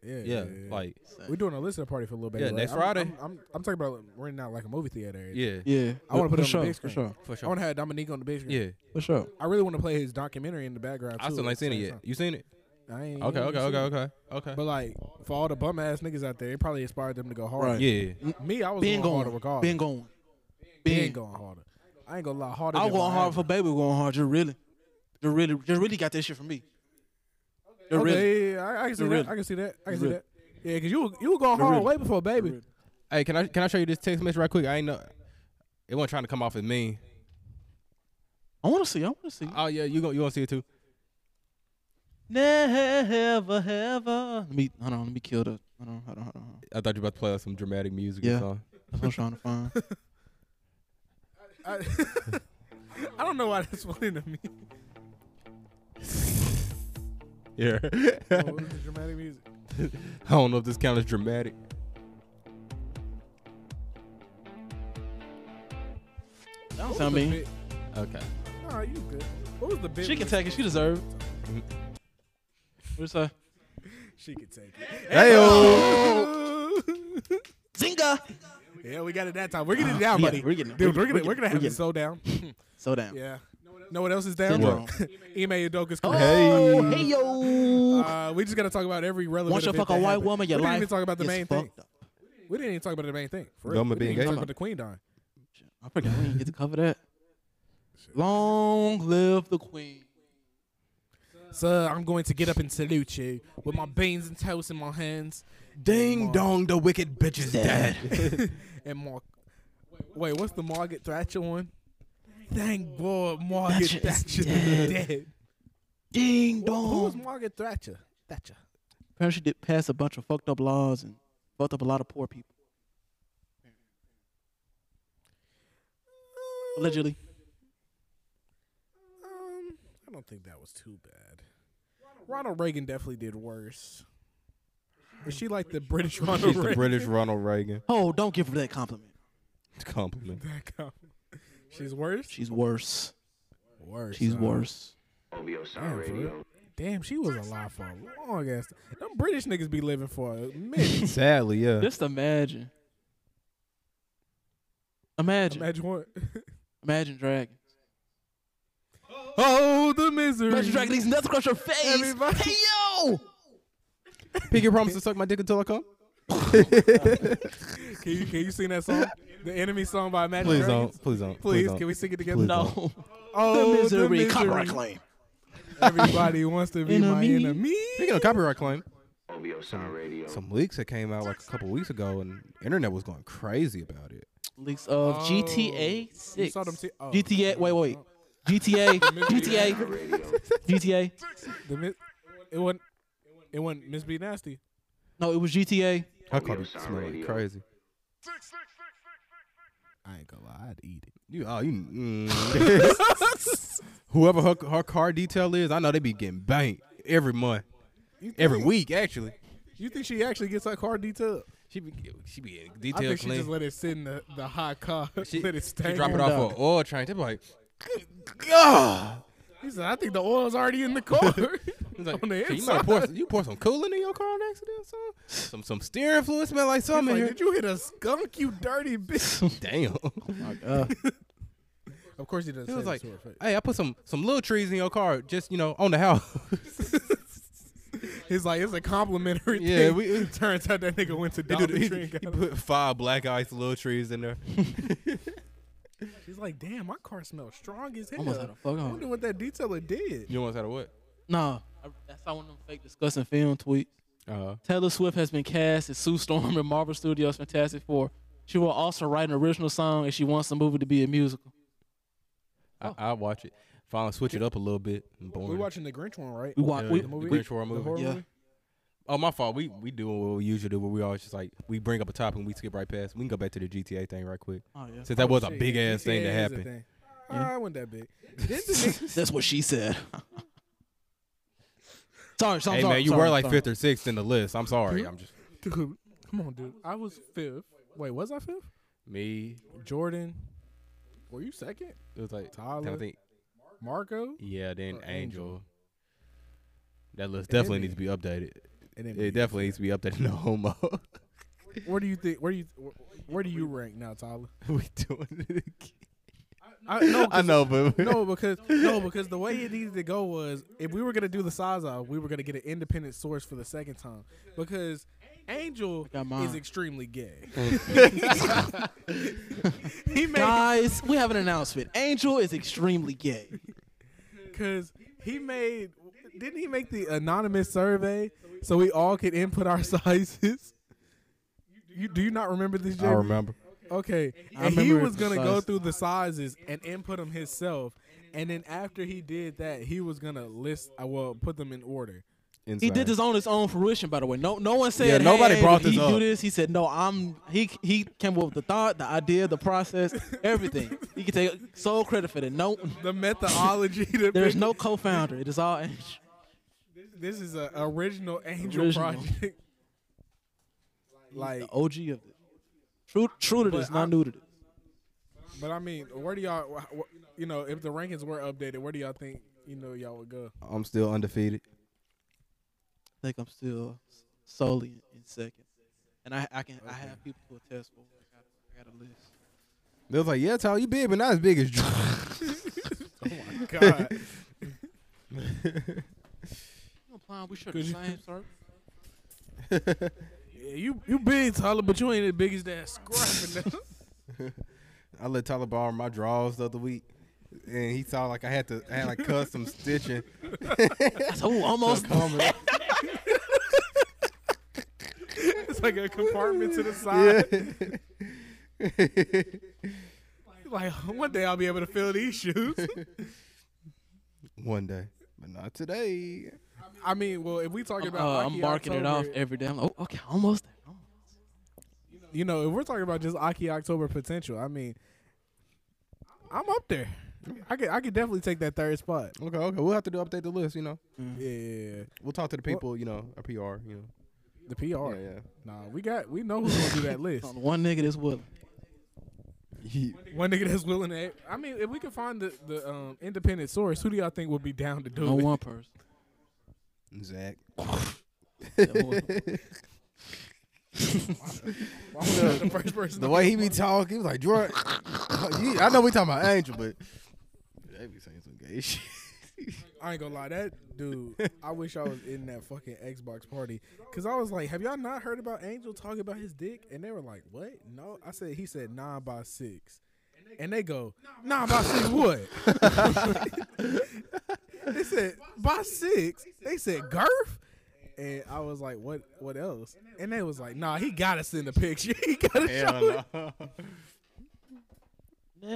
S2: yeah,
S4: Yeah, like
S2: we're doing a listening party for a little bit.
S4: Yeah,
S2: right?
S4: next
S2: I'm-
S4: Friday.
S2: I'm, I'm, I'm talking about renting out like a movie theater.
S4: yeah,
S5: Yeah.
S2: I want to put it on
S5: for
S2: the
S5: sure.
S2: big
S5: For
S2: screen.
S5: sure.
S4: for
S2: I
S4: sure.
S2: want to have Dominique on the big screen.
S4: Yeah,
S5: For sure.
S2: I really want to play his documentary in the background.
S4: I
S2: too,
S4: still
S2: at
S4: ain't
S2: the
S4: seen it
S2: same
S4: yet.
S2: time.
S4: You seen it?
S2: I ain't
S4: Okay,
S2: even
S4: okay,
S2: seen
S4: okay,
S2: it.
S4: okay, okay.
S2: But like for all the bum ass niggas out there, it probably inspired them to go hard.
S5: Right.
S4: yeah,
S2: Me, I was
S5: Been
S2: going
S5: going.
S2: harder regardless.
S5: Been going.
S2: Been going harder. I ain't gonna lie, harder.
S5: I'm
S2: than
S5: going hard for
S2: Miami.
S5: baby. Going hard. Just really. Just really. Just really got that shit from me. Just
S2: Okay, yeah,
S5: really.
S2: yeah, I, I can see
S5: really.
S2: that. I can see that. I can see
S5: Really.
S2: that. Yeah, cause you were- you were going hard
S5: really.
S2: way before baby.
S4: Hey, can I can I show you this text message right quick? I ain't know. It wasn't trying to come off as mean.
S5: I want to see. I want to see.
S4: Oh yeah, you gonna you gonna see it too?
S5: Never, ever. Let me. Hold on. Let me kill the. Hold on. Hold on. Hold on. Hold on.
S4: I thought you were about to play us some dramatic music.
S5: Yeah.
S4: Yeah. Song.
S5: That's what I'm trying to find.
S2: I, I don't know why that's funny to me.
S4: Yeah.
S2: Oh, it was the dramatic music.
S4: I don't know if this count as dramatic.
S5: That don't
S2: What was
S5: sound
S2: the
S5: mean.
S2: bit-
S4: Okay.
S2: Nah, you good. What was the bit?
S5: She can
S2: with-
S5: take it. She deserve it. What's that?
S2: She could take it.
S4: Hey
S5: Zinga.
S2: Yeah, we got it that time. We're getting it down,
S5: Uh-huh. Yeah,
S2: buddy.
S5: we're getting it.
S2: Dude,
S5: We're
S2: we're
S5: getting
S2: gonna
S5: it.
S2: we're gonna
S5: We're
S2: have it
S5: getting it.
S2: so down.
S5: So down.
S2: Yeah. Know what else is down?
S5: Syndrome.
S2: Ime Udoka's
S5: Oh, hey yo.
S2: Uh, we just gotta talk about every relevant.
S5: Once you
S2: event
S5: fuck a
S2: that
S5: white
S2: happened.
S5: woman, your
S2: we
S5: life
S2: didn't even talk about the
S5: is
S2: main thing.
S5: fucked up.
S2: We didn't even talk about the main thing. For real. We
S4: Goma
S2: didn't
S4: being
S2: even
S4: gay.
S2: talk about the queen dying.
S5: I forgot we didn't get to cover that. Long live the queen.
S2: Sir, I'm going to get up and salute you with my beans and toast in my hands
S4: Ding dong, the wicked bitch is dead.
S2: and my. Wait, what's the Margaret Thatcher one? Thank God Margaret
S5: Thatcher is
S2: Thatcher is dead.
S5: Ding
S2: Who was
S5: dong.
S2: Margaret Thatcher? Thatcher.
S5: Apparently, she did pass a bunch of fucked up laws and fucked up a lot of poor people. Allegedly.
S2: Um, I don't think that was too bad. Ronald Reagan definitely did worse. Is she like the British Ronald
S4: She's the
S2: Reagan?
S4: British Ronald Reagan.
S5: Oh, don't give her that compliment.
S4: Compliment.
S2: She's worse.
S5: She's worse.
S2: Worse.
S5: She's
S2: huh?
S5: worse.
S2: Damn, for real. Damn, she was alive for a long ass. Time. Them British niggas be living for a minute.
S4: Sadly, yeah.
S5: Just imagine. Imagine. Imagine,
S2: Imagine what?
S5: dragon.
S2: oh, the misery.
S5: Imagine dragging these nuts across your face.
S2: Everybody-
S5: Hey yo!
S4: Piggy promised to suck my dick until I come.
S2: Can you can you sing that song? The enemy song by Imagine
S4: Please
S2: Dragons.
S4: don't. Please don't.
S2: Please,
S4: don't.
S2: can we sing it together?
S4: Please don't.
S5: No.
S2: Oh,
S5: the misery. Copyright claim.
S2: Everybody wants to be my
S5: Enemy.
S2: enemy.
S4: Speaking of copyright claim, some, some leaks that came out like a couple weeks ago, and the internet was going crazy about it.
S5: Leaks of
S2: Oh.
S5: GTA
S2: You
S5: 6.
S2: saw them t- oh.
S5: GTA. Wait, wait. GTA. GTA. GTA.
S2: The mi- it wasn't. It wasn't Miss B Nasty.
S5: No, it was GTA.
S4: I caught it smelling like crazy.
S2: I ain't gonna lie, I'd eat it.
S4: You, oh, you. Mm. Whoever her, her car detail is, I know they be getting banked every month,
S2: You
S4: every
S2: think-
S4: week actually.
S2: You think she actually gets her car detailed?
S4: She be she be getting
S2: I
S4: detail
S2: think she just
S4: clean.
S2: let it sit in the, the hot car.
S4: She,
S2: let it
S4: she
S2: stay.
S4: drop it off for an oil change. They be like,
S2: God. He said, I think the oil's already in the car.
S4: It's like,
S2: on the
S4: "Shit, you
S2: inside.
S4: might pour some, you pour some coolant in your car on accident, or something? Some some steering fluid smell like
S2: I'm
S4: something
S2: like,
S4: in
S2: did you hit a skunk, you dirty bitch?
S4: here. Damn.
S2: of course he doesn't.
S4: It
S2: say
S4: was
S2: that
S4: like,
S2: to her face.
S4: hey, I put some some little trees in your car, just you know, on the house.
S2: He's like, it's a complimentary
S4: Yeah,
S2: thing.
S4: we- it-
S2: turns out that nigga went to
S4: he,
S2: Dollar
S4: do- he-
S2: Tree and
S4: he
S2: got
S4: put five black ice little trees in there.
S2: She's like, damn, my car smells strong as hell.
S5: Almost had a fuck
S2: I
S5: on.
S2: wonder what that detailer did.
S4: You almost had a what?
S5: Nah. I, I saw one of them fake discussing film tweets.
S2: Uh-huh.
S4: Uh,
S5: Taylor Swift has been cast as Sue Storm in Marvel Studios' Fantastic Four. She will also write an original song, and she wants the movie to be a musical.
S4: I, I watch it. Finally, switch it up a little bit.
S2: We're
S4: Boring.
S2: watching the Grinch one, right?
S5: We want.
S4: Yeah,
S5: we,
S4: the
S2: movie?
S4: Grinch horror
S2: The
S4: movie.
S2: horror
S5: Yeah.
S2: movie?
S4: Oh, my fault. We we do what we usually do, where we always just like we bring up a topic and we skip right past. We can go back to the GTA thing right quick,
S5: oh yeah.
S4: since that was a
S2: Shit,
S4: big ass
S2: GTA
S4: thing that
S2: is a
S4: happened.
S2: thing. Ah, it wasn't that big. Didn't the nigga-
S5: That's what she said. sorry, sorry,
S4: hey
S5: sorry,
S4: man, you
S5: sorry,
S4: were like
S5: sorry.
S4: fifth or sixth in the list. I'm
S2: Mm-hmm.
S4: sorry. I'm just
S2: Dude, come on, dude. I was fifth. Wait, was I fifth?
S4: me.
S2: Jordan. Were you second?
S4: It was like
S2: Tyler.
S4: I think
S2: Marco?
S4: yeah. Then
S2: Or Angel.
S4: Angel. That list
S2: And then
S4: definitely
S2: me.
S4: needs to be updated.
S2: And then me.
S4: It definitely needs to be updated. No homo.
S2: Where do you think? Where do you? wh- Where do you rank now, Tyler?
S4: we doing it again.
S2: I, no,
S4: I know, but
S2: no, because no, because the way it needed to go was if we were gonna do the size out, we were gonna get an independent source for the second time because Angel
S5: got mine.
S2: is extremely gay. he made
S5: Guys, we have an announcement. Angel is extremely gay.
S2: because he made didn't he make the anonymous survey so we all could input our sizes. You do you not remember this?
S4: I
S2: JB?
S4: remember.
S2: Okay,
S5: I
S2: and he
S5: remember
S2: was gonna
S5: the
S2: go
S5: size.
S2: through the sizes and input them himself, and then after he did that, he was gonna list, uh, well, put them in order.
S5: He did this on his own fruition, by the way. No, no one said.
S4: Yeah, nobody
S5: hey,
S4: brought
S5: did he
S4: this
S5: do
S4: up.
S5: this. He said, "No, I'm." He he came up with the thought, the idea, the process, everything. he can take sole credit for that. No,
S2: The methodology. To
S5: there is
S2: pick-
S5: no co-founder. It is all Angel.
S2: This is an original Angel
S5: Original. oh.
S2: project. Like,
S5: The OG of it. True, true to
S2: But
S5: this,
S2: I-
S5: not new to this.
S2: but I mean, where do y'all? wh- wh- You know, if the rankings were updated, where do y'all think you know y'all would go?
S4: I'm still undefeated.
S5: I think I'm still solely in second, and I I can I have people to attest for. it. got a list.
S4: They was like, yeah, Tyler, you big, but not as big as Drew.
S2: God.
S5: You implying we should
S2: Could
S5: have
S2: you-
S5: same sir?
S2: Yeah, you you big, Tyler, but you ain't as big as that scruffing.
S4: I let Tyler borrow my drawers the other week, and he saw like I had to, I had like custom stitching.
S5: Oh, almost.
S4: Coming.
S2: it's like a compartment to the side.
S4: Yeah.
S2: Like one day I'll be able to fill these shoes.
S4: One day, but not today.
S2: I mean, well, if we talking
S5: I'm,
S2: about
S5: uh,
S2: Aki
S5: I'm barking it off
S2: October-
S5: every day. I'm like, oh, okay, almost. there. Oh.
S2: you know, if we're talking about just Aki October potential, I mean, I'm up there. I could I could definitely take that third spot.
S4: Okay, okay, we'll have to do update the list. You know,
S2: Yeah, yeah, yeah.
S4: we'll talk to the people. You know, our PR. You
S2: the PR.
S4: know, yeah,
S2: Nah, we got we know who's gonna do that list.
S5: On one nigga that's willing.
S4: yeah.
S2: One nigga that's willing to. I mean, if we can find the the um, independent source, who do y'all think would be down to do
S5: No
S2: it?
S5: one person.
S4: Zach.
S5: That one.
S2: Why would I be the first person.
S4: The
S2: to-
S4: way he be talking, he was like, Drew, you- I know we talking about Angel, but they be saying some gay shit.
S2: I ain't gonna lie, that dude. I wish I was in that fucking Xbox party because I was like, "Have y'all not heard about Angel talking about his dick?" And they were like, "What? No." I said, "He said nine by six. and they go, "Nine by six what?" they said by six. They said girth. And I was like, "What? What else?" And they was like, "Nah, he got us in the picture. he got to show it."
S4: no.
S5: Never,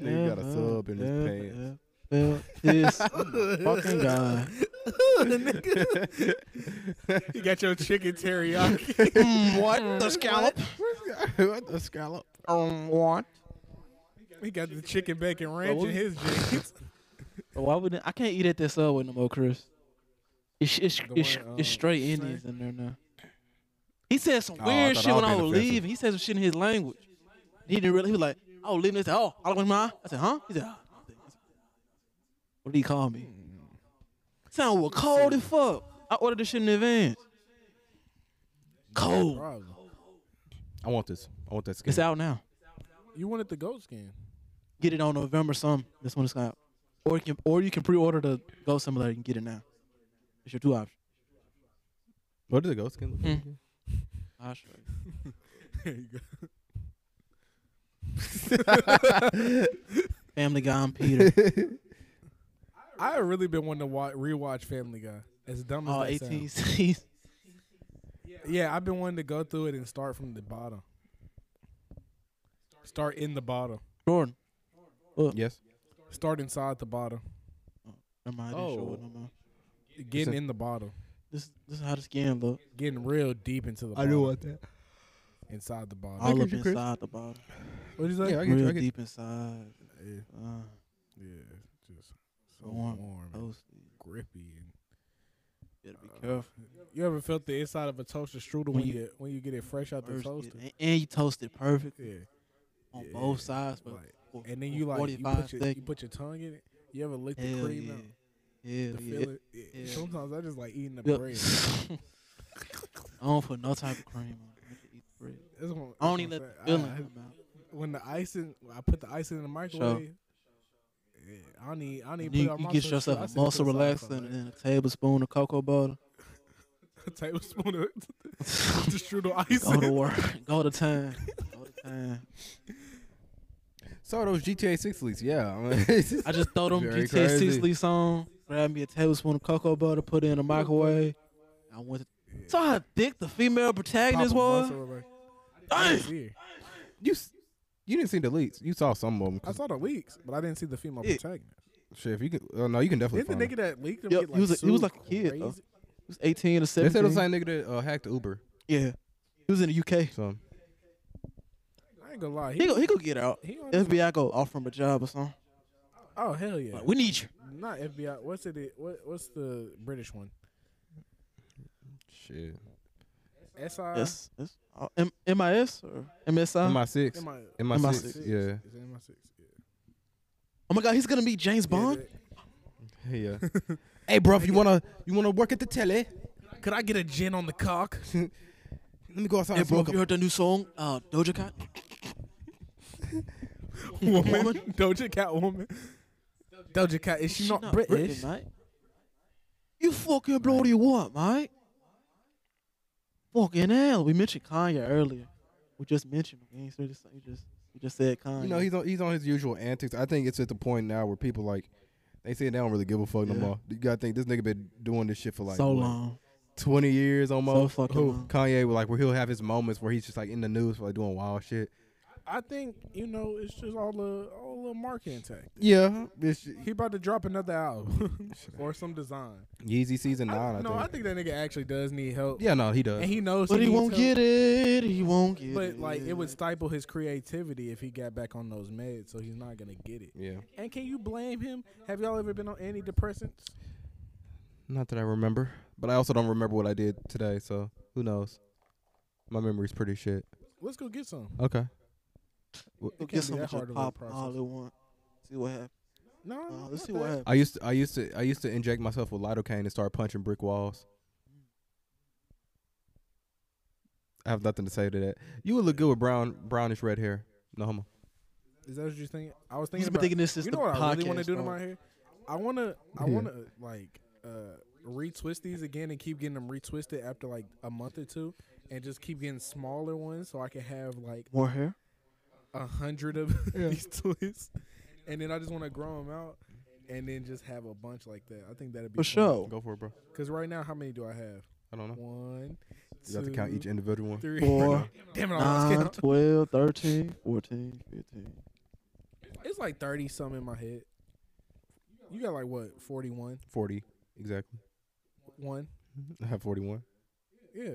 S4: Nigga got a
S5: ever,
S4: sub in his
S5: ever,
S4: pants.
S5: ever felt This fucking guy.
S2: Nigga. you got your chicken teriyaki.
S5: what? The scallop?
S4: what the scallop?
S5: Um, what?
S2: He got the chicken bacon ranch in
S5: we-
S2: his jeans.
S5: Why wouldn't I can't eat at that subway no more, Chris? It's it's,
S2: The
S5: it's,
S2: one,
S5: it's
S2: uh,
S5: straight
S2: Shay?
S5: Indians in there now. He said some
S4: Oh, I
S5: weird
S4: thought
S5: shit
S4: I
S5: when
S4: was
S5: I
S4: being
S5: was
S4: offensive.
S5: leaving. He said some shit in his language. He didn't really. He was like, "I was leaving." He said, "Oh, I went my." I said, "Huh?" He said, "Ah." "What did he call me?"
S4: Hmm.
S5: Sound was cold as fuck. I ordered this shit in advance. Cold.
S2: Problem.
S4: I want this. I want that skin.
S5: It's out now.
S2: You wanted the goat skin.
S5: Get it on November some. That's when it's out. Or you can or you can pre-order the Ghost Simulator and get it now. It's your two options.
S4: What does the ghost skin look like?
S5: Mm. I'll show you.
S2: There you go.
S5: Family Guy and Peter.
S2: I have really been wanting to wa rewatch Family Guy. As dumb as
S5: All
S2: that
S5: 18
S2: sounds.
S5: seasons.
S2: Yeah, I've been wanting to go through it and start from the bottom. Start in the bottom.
S5: Jordan.
S4: Yes.
S2: Start inside the bottom.
S5: Never mind. I didn't show it
S4: Oh.
S5: no more.
S2: Getting in the bottom.
S5: This, this is how the skin look.
S2: Getting real deep into the bottom.
S4: that.
S2: Inside the bottom.
S5: All
S4: get
S5: up
S4: you, Chris.
S5: inside the bottom.
S2: What'd you say?
S4: Yeah, I get you.
S5: Real
S4: I get you.
S5: deep inside.
S2: Yeah.
S5: Uh,
S2: Yeah, just so warm,
S5: Warm.
S2: and
S5: toasty.
S2: grippy. And
S5: You better
S2: Uh,
S5: be careful.
S2: you ever felt the inside of a toaster strudel when
S5: you-
S2: you when you get it fresh out the
S5: First,
S2: toaster?
S5: and, and you toast it perfect
S2: Yeah.
S5: on
S2: Yeah.
S5: both sides. But
S2: Like, and then you like you
S5: 45
S2: put, your, you
S5: seconds.
S2: put your tongue in it. You ever lick the
S5: Hell
S2: cream
S5: yeah.
S2: out?
S5: Hell
S2: The
S5: yeah.
S2: filling? Yeah.
S5: Yeah.
S2: Sometimes I just like eating the
S5: Yep.
S2: bread.
S5: I don't put no type of cream on it. I just eat the bread.
S2: That's what-
S5: I don't
S2: that's what
S5: even let the
S2: I'm
S5: filling
S2: saying.
S5: come out.
S2: I- when the icing, when I put the icing in the microwave. Yeah, I need, I need.
S5: And You, you get yourself a muscle relaxer and then a tablespoon of cocoa butter.
S2: a tablespoon of the strudel icing.
S5: Go to work. Go to time. Go to time.
S4: So those GTA 6 leaks, yeah. I mean,
S5: I just throw them
S4: Very
S5: GTA
S4: crazy.
S5: 6 leaves on, grab me a tablespoon of cocoa butter, put it in the microwave. I went to. Saw how thick the female
S2: Pop
S5: protagonist
S2: a
S5: was?
S2: muscle relax- I
S5: Dang!
S2: didn't see it.
S4: you s- you didn't see the leaks. You saw some of them.
S2: I saw the leaks, but I didn't see the female
S5: Yeah.
S2: protagonist.
S4: Shit, if you can, oh no, you can definitely.
S2: Didn't
S4: Find
S2: the
S4: it.
S2: nigga that leaked him
S5: Yep,
S2: get like
S5: he was a- he was
S2: sued
S5: like a kid, though.
S2: crazy?
S5: He was 18 to
S4: They
S5: 17.
S4: said it was the same nigga that uh, hacked Uber.
S5: Yeah. He was in the UK.
S4: So
S2: I ain't gonna lie.
S5: He go, he go get out.
S2: he on-
S5: FBI go offer him a job or something.
S2: oh hell yeah.
S5: Like, we need you.
S2: Not FBI. What's it? What, what's the British one?
S4: shit.
S2: SI.
S5: Yes. yes. Uh, M- MIS or MSI?
S4: MI6.
S2: MI,
S4: MI6.
S5: MI6.
S4: Yeah.
S2: Is it MI6? Yeah.
S5: oh my God, he's going to be James Bond?
S4: Yeah. hey, bro, if you wanna you wanna work at the telly,
S2: Could I get a gin on the cock?
S3: Let me go outside
S5: Hey,
S3: and
S5: bro,
S3: smoke
S5: you
S3: up.
S5: heard that new song, uh, Doja Cat?
S2: Woman, Doja Cat woman. Doja Cat is she, not, British?
S5: mate. You fucking bloody what, mate? Fucking hell, we mentioned Kanye earlier. We just mentioned him. You just, you just, you just said Kanye.
S4: You know, he's on he's on his usual antics. I think it's at the point now where people like they say they don't really give a fuck no
S5: Yeah.
S4: more. You gotta think this nigga been doing this shit for like
S5: so
S4: what,
S5: long.
S4: twenty years almost.
S5: fucking
S4: Who?
S5: long.
S4: Kanye was like where he'll have his moments where he's just like in the news for like doing wild shit.
S2: I think you know it's just all the all the marketing tech.
S4: Yeah, it's,
S2: He about to drop another album or some design.
S4: Yeezy season nine. I,
S2: no,
S4: think.
S2: I think that nigga actually does need help.
S4: Yeah, no, he does.
S2: and he knows,
S5: But he
S2: needs
S5: won't
S2: help.
S5: get it. He won't get it.
S2: But like, it would stifle his creativity if he got back on those meds, so he's not gonna get it.
S4: yeah,
S2: And can you blame him? Have y'all ever been on antidepressants?
S4: not that I remember, but I also don't remember what I did today. So who knows? My memory's pretty shit.
S2: Let's go get some.
S4: Okay.
S5: Go
S2: can't be
S5: get some
S2: that
S5: of your
S2: hard of a
S5: pop
S2: process.
S5: all at once. See what happens.
S2: No,
S5: Uh, let's
S2: not
S5: see what
S2: that.
S5: happens.
S4: I used to, I used to, I used to inject myself with lidocaine and start punching brick walls. I have nothing to say to that. You would look good with brown, brownish red hair. No homo.
S2: Is that what you're thinking? I was thinking
S5: He's
S2: about.
S5: been thinking this since
S2: you
S5: the
S2: know what I really want to
S5: podcast,
S2: do to
S5: dog.
S2: my hair? I want to. I
S4: Yeah.
S2: want to like uh retwist these again and keep getting them retwisted after like a month or two, and just keep getting smaller ones so I can have like
S5: More hair.
S2: a hundred of these twists, and then I just want to grow them out. And then just have a bunch like that. I think that'd be
S5: For sure.
S4: Go for it, bro.
S2: Because right now, how many do I have?
S4: I don't know.
S2: One,
S4: You have to count each
S2: two,
S4: individual one.
S2: three,
S5: Four,
S2: Damn it! I almost
S5: nine,
S2: counted.
S5: 12, 13, 14, 15.
S2: It's like thirty some in my head. You got like what? Forty one.
S4: Forty exactly.
S2: One.
S4: I have forty-one.
S2: Yeah,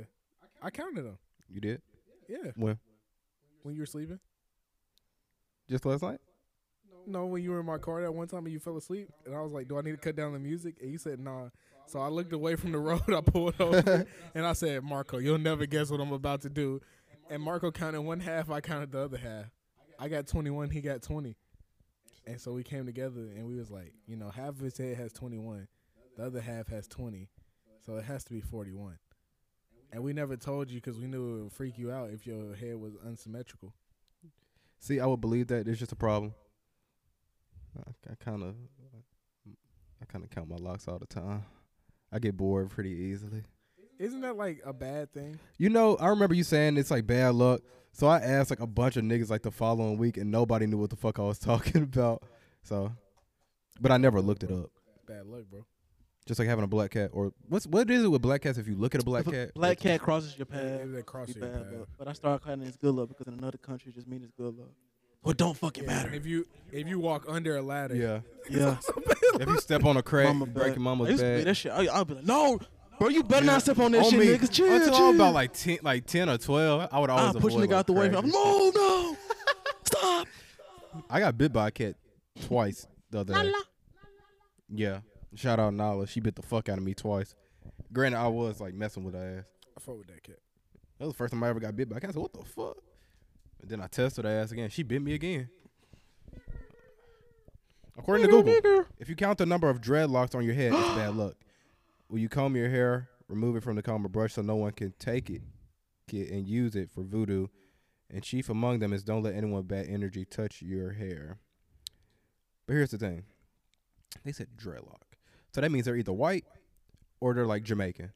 S2: I counted them.
S4: You did
S2: Yeah,
S4: when?
S2: when you were sleeping.
S4: Just last night?
S2: No, when you were in my car that one time and you fell asleep, and I was like, "Do I need to cut down the music?" And you said, "Nah." So I looked away from the road. I pulled over, and I said, "Marco, you'll never guess what I'm about to do." And Marco counted one half. I counted the other half. I got 21. He got 20. And so we came together, and we was like, you know, half of his head has 21, the other half has 20, so it has to be 41. And we never told you because we knew it would freak you out if your head was unsymmetrical.
S4: See, I would believe that. It's just a problem. I- I kind of, I kind of count my locks all the time. I get bored pretty easily.
S2: Isn't that like a bad thing?
S4: You know, I remember you saying it's like bad luck. So I asked like a bunch of niggas like the following week, and nobody knew what the fuck I was talking about. So, but I never looked it up.
S2: Bad luck, bro.
S4: Just like having a black cat, or what's what is it with black cats? If you look at a black
S5: If a
S4: cat,
S5: Black cat crosses your path.
S2: Maybe that cross
S5: be
S2: your
S5: bad,
S2: path.
S5: but, but I started calling it good luck because in another country it just means it's good luck. Well, don't fucking
S2: Yeah, and
S5: matter.
S2: if you if you walk under a ladder,
S4: yeah.
S5: Yeah,
S4: if you step on a crack,
S5: mama
S4: you break
S5: bad.
S4: your
S5: I
S4: mama's
S5: used to be
S4: bag.
S5: that shit. I, I'll be like, no, bro, you better not step on that
S4: On
S5: shit,
S4: me,
S5: niggas. Chill,
S4: until
S5: chill.
S4: I'm about like ten, like ten or twelve, I would
S5: I
S4: always
S5: push
S4: avoid, like,
S5: nigga out the way.
S4: crashes.
S5: I'm no, no, stop.
S4: I got bit by a cat twice the other day. Yeah. Shout out Nala. She bit the fuck out of me twice. Granted, I was like messing with her ass.
S2: I fuck with that cat.
S4: That was the first time I ever got bit by a cat. I said, what the fuck? And then I tested her ass again. She bit me again. According to Google, if you count the number of dreadlocks on your head, it's bad luck. When you comb your hair, remove it from the comb or brush so no one can take it, it and use it for voodoo. And chief among them is don't let anyone with bad energy touch your hair. But here's the thing. They said dreadlock. So that means they're either white or they're like Jamaican.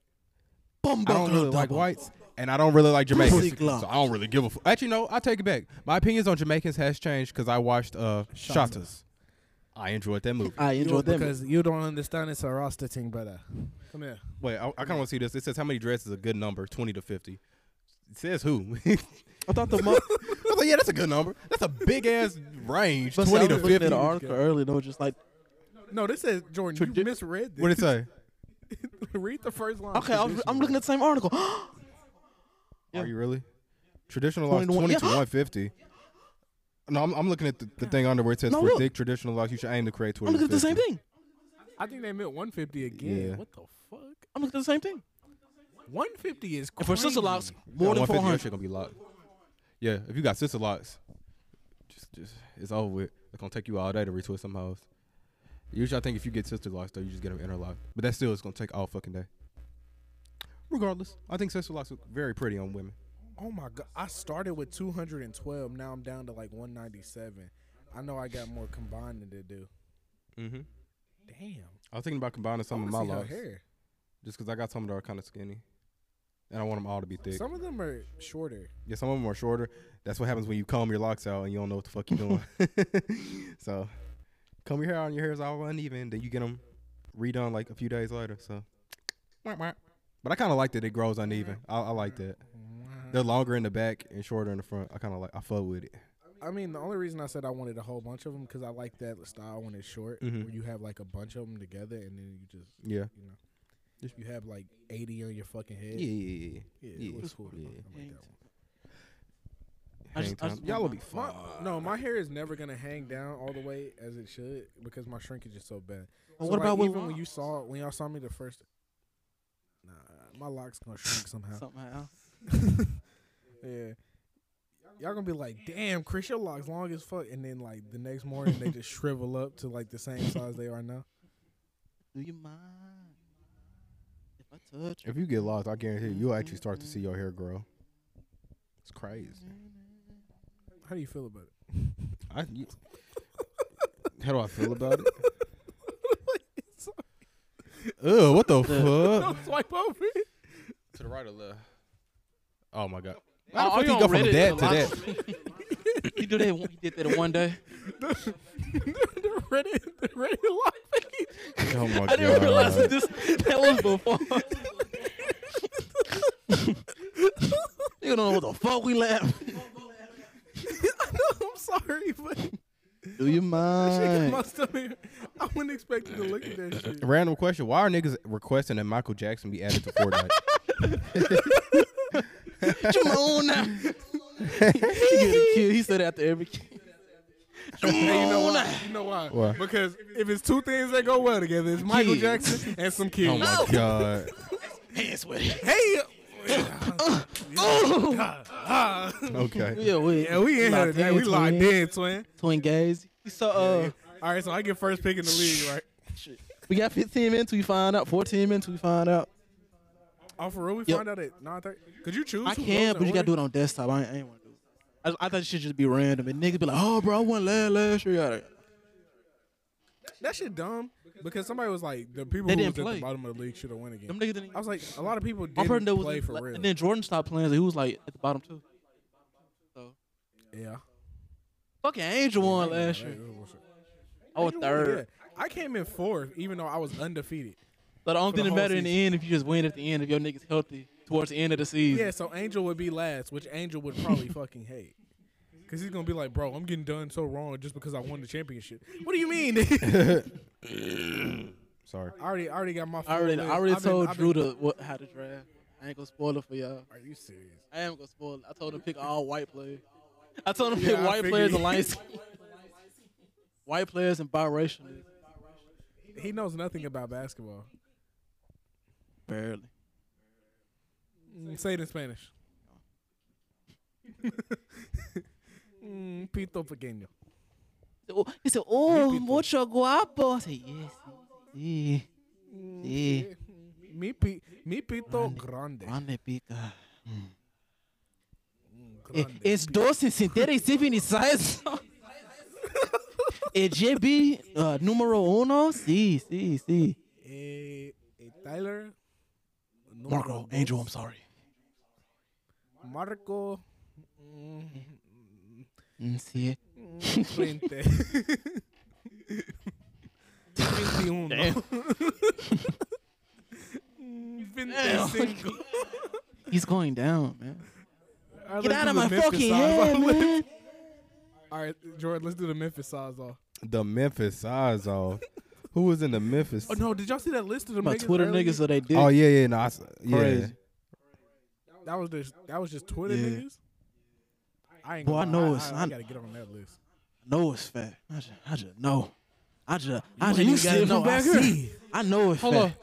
S5: Bum,
S4: I don't
S5: buckle,
S4: really like
S5: double.
S4: whites, and I don't really like Jamaicans.
S5: Pussy glove.
S4: So I don't really give a. F- Actually, no, I take it back. My opinions on Jamaicans has changed because I watched uh, Shatas. I enjoyed that movie.
S5: I enjoyed that.
S2: you don't understand it's a Rasta thing, brother. Come here.
S4: Wait, I, I kind of want to see this. It says how many dresses is a good number, twenty to fifty. It says who? I
S5: I thought the mo-
S4: was like, yeah, that's a good number. That's a big ass range,
S5: but
S4: twenty
S5: I
S4: to
S5: was looking at
S4: fifty.
S5: an article earlier. They were just like,
S2: No, this says Jordan. you
S5: Tradi-
S2: misread this.
S4: What it say?
S2: Read the first line.
S5: okay, I was, I'm looking at the same article. Yeah.
S4: Are you really? Traditional locks
S5: 21
S4: twenty to
S5: yeah.
S4: one fifty. No, I'm, I'm looking at the, the thing under where it says
S5: No,
S4: for
S5: look.
S4: thick traditional locks, you should aim to create
S5: I'm
S4: twenty.
S5: looking at
S4: to
S5: the same
S4: 50.
S5: thing.
S2: I think they meant 150 again.
S4: Yeah.
S2: What the fuck?
S5: I'm looking at the same thing.
S2: 150 is
S5: And
S2: crazy.
S5: for sister locks, more
S4: Yeah, 150,
S5: than
S4: that
S5: 400.
S4: shit gonna be locked. Yeah, if you got sister locks, just just it's over with. It's gonna take you all day to retwist some hoes. Usually, I think if you get sister locks, though, you just get them interlocked. But that still is gonna take all fucking day. Regardless, I think sister locks look very pretty on women.
S2: Oh my god! I started with 212. Now I'm down to like 197. I know I got more combining to do.
S4: Mm-hmm.
S2: Damn.
S4: I was thinking about combining some
S2: I
S4: of my
S2: wanna see her
S4: locks,
S2: hair.
S4: just because I got some that are kind of skinny, and I want them all to be thick.
S2: Some of them are shorter.
S4: yeah, some of them are shorter. That's what happens when you comb your locks out and you don't know what the fuck you're doing. so, comb your hair out and your hair's all uneven. Then you get them redone like a few days later. So, Wah, wah. but I kind of like that it grows uneven. I, I like that. They're longer in the back and shorter in the front. I kind of like. I fuck with it.
S2: I mean, the only reason I said I wanted a whole bunch of them because I like that style when it's short,
S5: Mm-hmm.
S4: Mhm.
S2: where you have like a bunch of them together and then you just
S4: Yeah.
S2: you know. You have like 80 on your fucking head.
S4: Yeah, yeah, yeah.
S2: Yeah,
S4: Yeah.
S2: it looks cool.
S4: Yeah.
S2: I like that one.
S5: I just-
S4: Hang
S5: I
S4: time.
S5: just
S4: Y'all will
S5: want
S4: be
S2: My,
S4: fine.
S2: no, my hair is never gonna hang down all the way as it should because my shrinkage is so bad. So
S5: what about with
S2: even when you
S5: locks?
S2: saw when y'all saw me the first? Nah, my locks gonna shrink somehow.
S5: Somehow.
S2: yeah, y'all gonna be like, "Damn, Chris, your locks long as fuck," and then like the next morning they just shrivel up to like the same size they are now.
S5: Do you mind if I touch?
S4: If you get lost, I guarantee you, you'll actually start to see your hair grow. It's crazy.
S2: How do you feel about it?
S4: I, you- how do I feel about it? Ugh, what the fuck?
S2: Swipe over. it.
S4: to the right or left? Oh my god.
S5: Oh,
S4: How the
S5: you
S4: fuck you go
S5: on
S4: from
S5: Reddit
S4: that to
S5: a lot?
S4: that?
S5: he do that. one- He did that in one day.
S2: the Reddit, the Reddit lock page.
S4: Oh my
S5: I
S4: god.
S5: didn't realize that this that was before. you don't know what the fuck we laughing.
S2: no, I'm sorry, but
S5: Do you
S2: shaking
S5: mind?
S2: my stomach. I wouldn't expect you to look at that shit.
S4: Random question: Why are niggas requesting that Michael Jackson be added to Fortnite?
S5: Jamon now. he get a kid. He said after every kid.
S2: Hey, you know why? You know why?
S4: Why?
S2: Because if it's two things that go well together, it's Michael
S5: Kids.
S2: Jackson and some kids.
S4: Oh my god.
S5: Hands sweaty.
S2: Hey,
S4: Okay. Oh.
S5: Yeah, we
S2: yeah, we in here
S5: locked
S2: today. We
S5: twin-
S2: locked in, twin.
S5: Twin gays. So uh,
S2: All right, so I get first pick in the league, right?
S5: we got 15 minutes. We find out. 14 minutes. We find out.
S2: Oh, for real, we
S5: Yep.
S2: find out at nine thirty. Could you choose?
S5: I can, but you gotta do it on desktop. I ain't, I ain't wanna do it. I, I thought it should just be random. And niggas be like, oh, bro, I won last last year. Yada, yada.
S2: That shit dumb because somebody was like, the people
S5: They
S2: who
S5: didn't
S2: was at
S5: play.
S2: the bottom of the league should have won again.
S5: Them niggas didn't.
S2: I was like, a lot of people
S5: my
S2: didn't
S5: person that was
S2: play for
S5: like-
S2: real.
S5: And then Jordan stopped playing, so he was like at the bottom too. So
S2: yeah,
S5: fucking Angel won last
S2: That
S5: year.
S2: was-
S5: I was
S2: Yeah.
S5: Oh, third.
S2: I came in fourth, even though I was undefeated.
S5: So the only
S2: the
S5: thing that
S2: whole
S5: matter in the end if you just win at the end if your niggas healthy towards the end of the season.
S2: Yeah, so Angel would be last, which Angel would probably fucking hate. Cause he's gonna be like, bro, I'm getting done so wrong just because I won the championship. What do you mean? I
S4: Sorry.
S2: already, I already got my. full
S5: I already, I
S2: list.
S5: already
S2: I've been-
S5: told
S2: I've
S5: Drew
S2: been-
S5: to what, how to draft. I ain't gonna spoil it for y'all.
S2: Are you serious?
S5: I am gonna spoil it. I told him to pick all white players. I told him to
S2: Yeah,
S5: pick
S2: I
S5: white
S2: figured
S5: players
S2: you-
S5: and light skin. White players and biracial. niggas.
S2: He knows nothing about basketball.
S5: Barely.
S2: Mm, Say it in Spanish. mm, pito pequeño.
S5: Oh, He said, "Oh, mucho guapo." I said, "Yes, sí, sí,
S2: Mi, pi, mi pito grande.
S5: grande pica." Eh,
S2: grande.
S5: Es doce sin ter size. El JB uh, número uno, sí, sí, sí.
S2: Eh, eh, Tyler. número
S5: Marco,
S2: dos.
S5: Angel, I'm sorry.
S2: Marco.
S5: Mm, sí.
S2: Frente. 21.
S5: Damn.
S2: Mm, 25.
S5: He's going down, man.
S2: All right,
S5: Get
S2: let's
S5: out
S2: do
S5: of
S2: the
S5: my
S2: Memphis
S5: fucking
S2: size
S5: head,
S2: off.
S5: man.
S2: All right, Jordan, let's do the Memphis size off.
S4: The Memphis size off. Who was in the Memphis?
S2: Oh, no, did y'all see that list of the
S5: My
S2: niggas
S5: Twitter
S2: earlier?
S5: niggas, so they did.
S4: Oh yeah, yeah, no, I s yeah.
S5: Crazy.
S2: That was just, that was just Twitter
S5: Yeah.
S2: niggas? I ain't
S5: Boy,
S2: gonna
S5: I know
S2: lie,
S5: it's-
S2: I, I,
S5: I-
S2: gotta get on that list.
S5: know it's fat. I just, I just know. I just, I
S2: you
S5: just
S2: gotta
S5: you
S2: know,
S5: know. Back
S2: I
S5: here.
S2: see.
S5: I know it's
S3: Hold
S5: fat.
S3: on.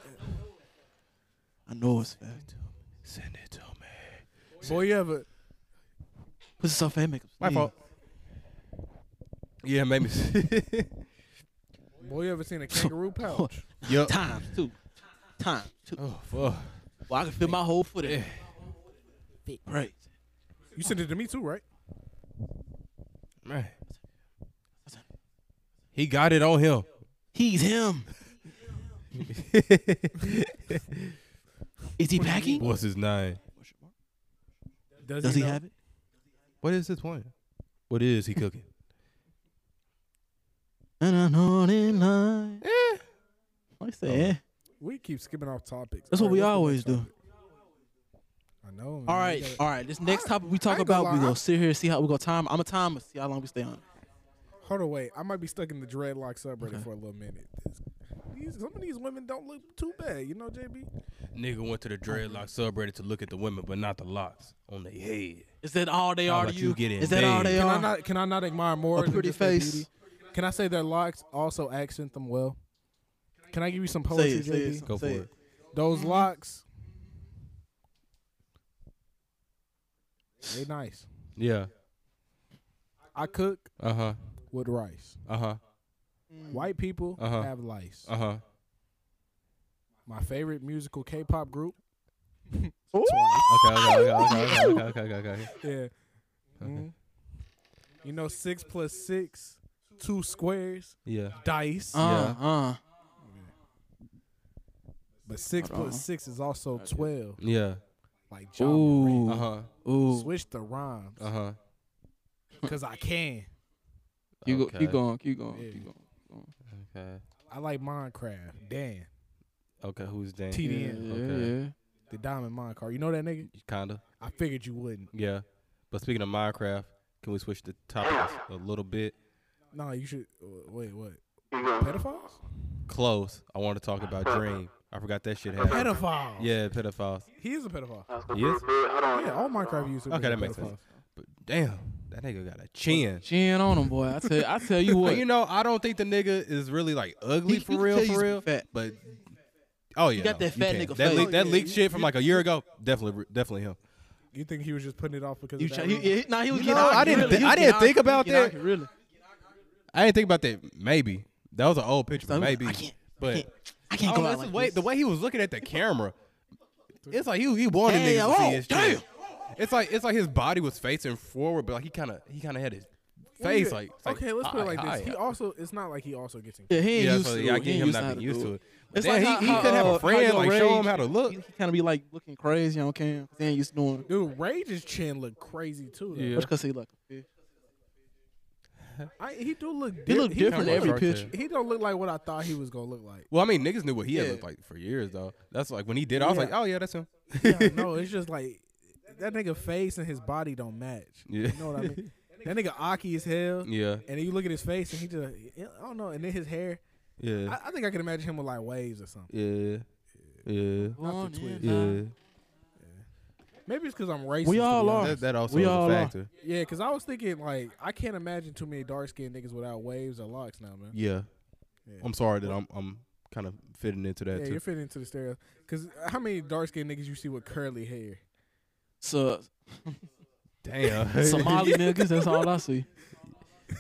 S5: I know it's fat.
S4: Send it to me.
S2: Boy, you ever mm,
S5: Put this on fat makeup.
S4: My
S5: please.
S4: fault. Yeah, maybe.
S2: boy, you ever seen a kangaroo pouch?
S4: yep.
S5: Times two. Times two.
S4: Oh fuck.
S5: Well, I can feel my whole foot in. Great.
S2: You sent it to me too, right?
S3: Man. He got it on him.
S5: He's him. Is he packing?
S4: What's his name?
S5: Does he have it?
S4: What is this one? What is he cooking?
S5: And I'm not in line. I say, eh.
S2: We keep skipping off topics.
S5: That's what we
S2: Alright, what's
S5: always
S2: the
S5: do.
S2: next topic? I know. Man.
S5: All right, all right. This next topic we talk
S2: ain't gonna
S5: about, we
S2: lie, I-
S5: gonna sit here and see how we gonna time. I'm gonna time us, see how long we stay on. it.
S2: Hold on, wait. I might be stuck in the dreadlock subreddit for a little minute. This- These, some of these women don't look too bad, you know, JB.
S3: Nigga went to the dreadlock subreddit to look at the women, but not the locks on their head.
S5: Is that all they are
S3: about
S5: to
S3: you
S5: you?
S3: get in
S5: Is that all
S3: bed?
S5: they
S2: Can I
S5: are?
S2: not? Can I not admire more? than
S5: pretty
S2: just their
S5: face.
S2: beauty? Can I say their locks also accent them well? Can I give you some
S5: say
S2: poetry,
S5: it, say it,
S2: JB?
S4: Go
S5: say
S4: for
S5: it.
S2: Those locks, they nice.
S4: Yeah.
S2: I cook
S4: Uh huh.
S2: with rice.
S4: Uh huh.
S2: White people
S4: Uh-huh.
S2: have lice.
S4: Uh huh.
S2: My favorite musical K-pop group.
S4: Okay, okay, okay, okay, okay, okay, okay, okay, okay.
S2: Yeah.
S5: Uh-huh.
S2: Mhm. You know, six plus six, two squares,
S4: Yeah.
S2: dice.
S5: Uh, uh.
S2: but six
S5: hold
S2: plus
S5: on.
S2: six is also twelve.
S4: Yeah.
S2: Like John,
S5: Ooh,
S4: Uh huh.
S5: ooh. Uh-huh.
S2: switch the rhymes
S4: Uh huh.
S2: because I can.
S5: You go,
S4: Okay.
S5: keep going, keep going,
S2: Yeah.
S5: keep going.
S4: Okay.
S2: I like Minecraft. Dan,
S4: Okay. Who's Dan?
S2: TDN,
S5: Yeah,
S4: Okay.
S5: yeah,
S2: the Diamond Minecraft. You know that nigga?
S4: Kinda.
S2: I figured you wouldn't.
S4: Yeah. But speaking of Minecraft, can we switch the topic a little bit?
S2: No, you should. w- Wait, what? Pedophiles?
S4: Close. I want to talk about Dream. I forgot that shit happened.
S2: Pedophile.
S4: Yeah, pedophiles.
S2: he is a pedophile.
S4: Yes.
S2: Yeah, all Minecraft users.
S4: Okay,
S2: are
S4: that makes sense.
S2: pedophiles.
S4: But damn, that nigga got a chin.
S5: She ain't on him, boy. I tell, I tell you what.
S4: You know, I don't think the nigga is really like ugly
S5: He-
S4: for
S5: you can
S4: real,
S5: tell
S4: for
S5: he's
S4: real.
S5: fat.
S4: But oh yeah,
S5: got
S4: no,
S5: that
S4: you
S5: fat
S4: can't.
S5: nigga
S4: That
S5: face.
S4: leak, that
S2: Yeah,
S4: leaked
S2: you-
S4: shit from like a year ago. Definitely, definitely him.
S2: You think he was just putting it off because
S5: you
S2: of
S5: try,
S2: that?
S5: he,
S2: reason?
S5: he, nah, he was
S4: You
S5: getting
S4: know,
S5: out
S4: I
S5: here,
S4: didn't
S5: really.
S4: thi-
S5: He was
S4: I didn't
S5: getting out
S4: think
S5: here,
S4: about
S5: getting out
S4: that.
S5: here, Really.
S4: I didn't think about that. Maybe that was an old picture,
S5: So,
S4: but maybe.
S5: I can't,
S4: but
S5: I can't, I can't
S4: I
S5: go
S4: don't know,
S5: out
S4: it's the Oh,
S5: like
S4: way
S5: Oh, this.
S4: the way he was looking at the camera, it's like he he wanted
S5: Hey,
S4: niggas to
S5: oh,
S4: see his
S5: damn.
S4: chin. It's like it's like his body was facing forward, but like he kind of he kind of had his
S2: Well,
S4: face
S2: yeah.
S4: like "Ah, it's
S2: okay, let's put it
S4: hi,
S2: like this.
S4: hi.
S2: He also, it's not like he also gets in.
S5: Yeah, he ain't
S4: yeah,
S5: used
S4: so
S5: to
S4: yeah, I
S5: it. He
S4: get
S5: ain't
S4: him
S5: used to
S4: not
S5: how
S4: being used to it. But
S5: It's
S4: damn,
S5: like how-
S4: he, he
S5: how,
S4: could have
S5: uh,
S4: a
S5: how
S4: friend
S5: your
S4: like show him
S5: rage-
S4: how to look.
S5: He kind of be like looking crazy on camera. 'cause He ain't used to doing it.
S2: Dude, Rage's chin look crazy too. Though.
S4: Yeah.
S5: Just 'cause he look.
S2: I, he do look.
S5: He
S2: di-
S5: look different
S4: kinda
S5: in every
S4: like
S5: picture.
S2: He don't look like what I thought he was gonna look like.
S4: Well, I mean, niggas knew what he had
S5: Yeah.
S4: looked like for years, though. That's like when he did, I was
S2: Yeah.
S4: like, oh yeah, that's him.
S2: yeah, no, it's just like that nigga face and his body don't match.
S4: Yeah.
S2: You know what I mean? That nigga Aki as hell.
S4: Yeah,
S2: And then you look at his face and he just, I don't know. And then his hair.
S4: yeah,
S2: I, I think I can imagine him with like waves or something.
S4: yeah, yeah,
S5: Born
S2: the twist.
S5: in
S4: yeah.
S5: line.
S2: Maybe it's because I'm racist.
S5: We all
S2: to be
S5: are.
S2: honest.
S4: That, that also
S5: uh, We
S4: is
S5: all
S4: a
S5: are.
S4: factor.
S2: Yeah, because I was thinking like I can't imagine too many dark skinned niggas without waves or locks now, man.
S4: Yeah.
S2: Yeah.
S4: I'm sorry that I'm I'm kind of fitting into that
S2: Yeah,
S4: too.
S2: you're fitting into the stereo. Cause how many dark skinned niggas you see with curly hair?
S5: So
S4: Damn,
S5: Somali niggas, that's all I see.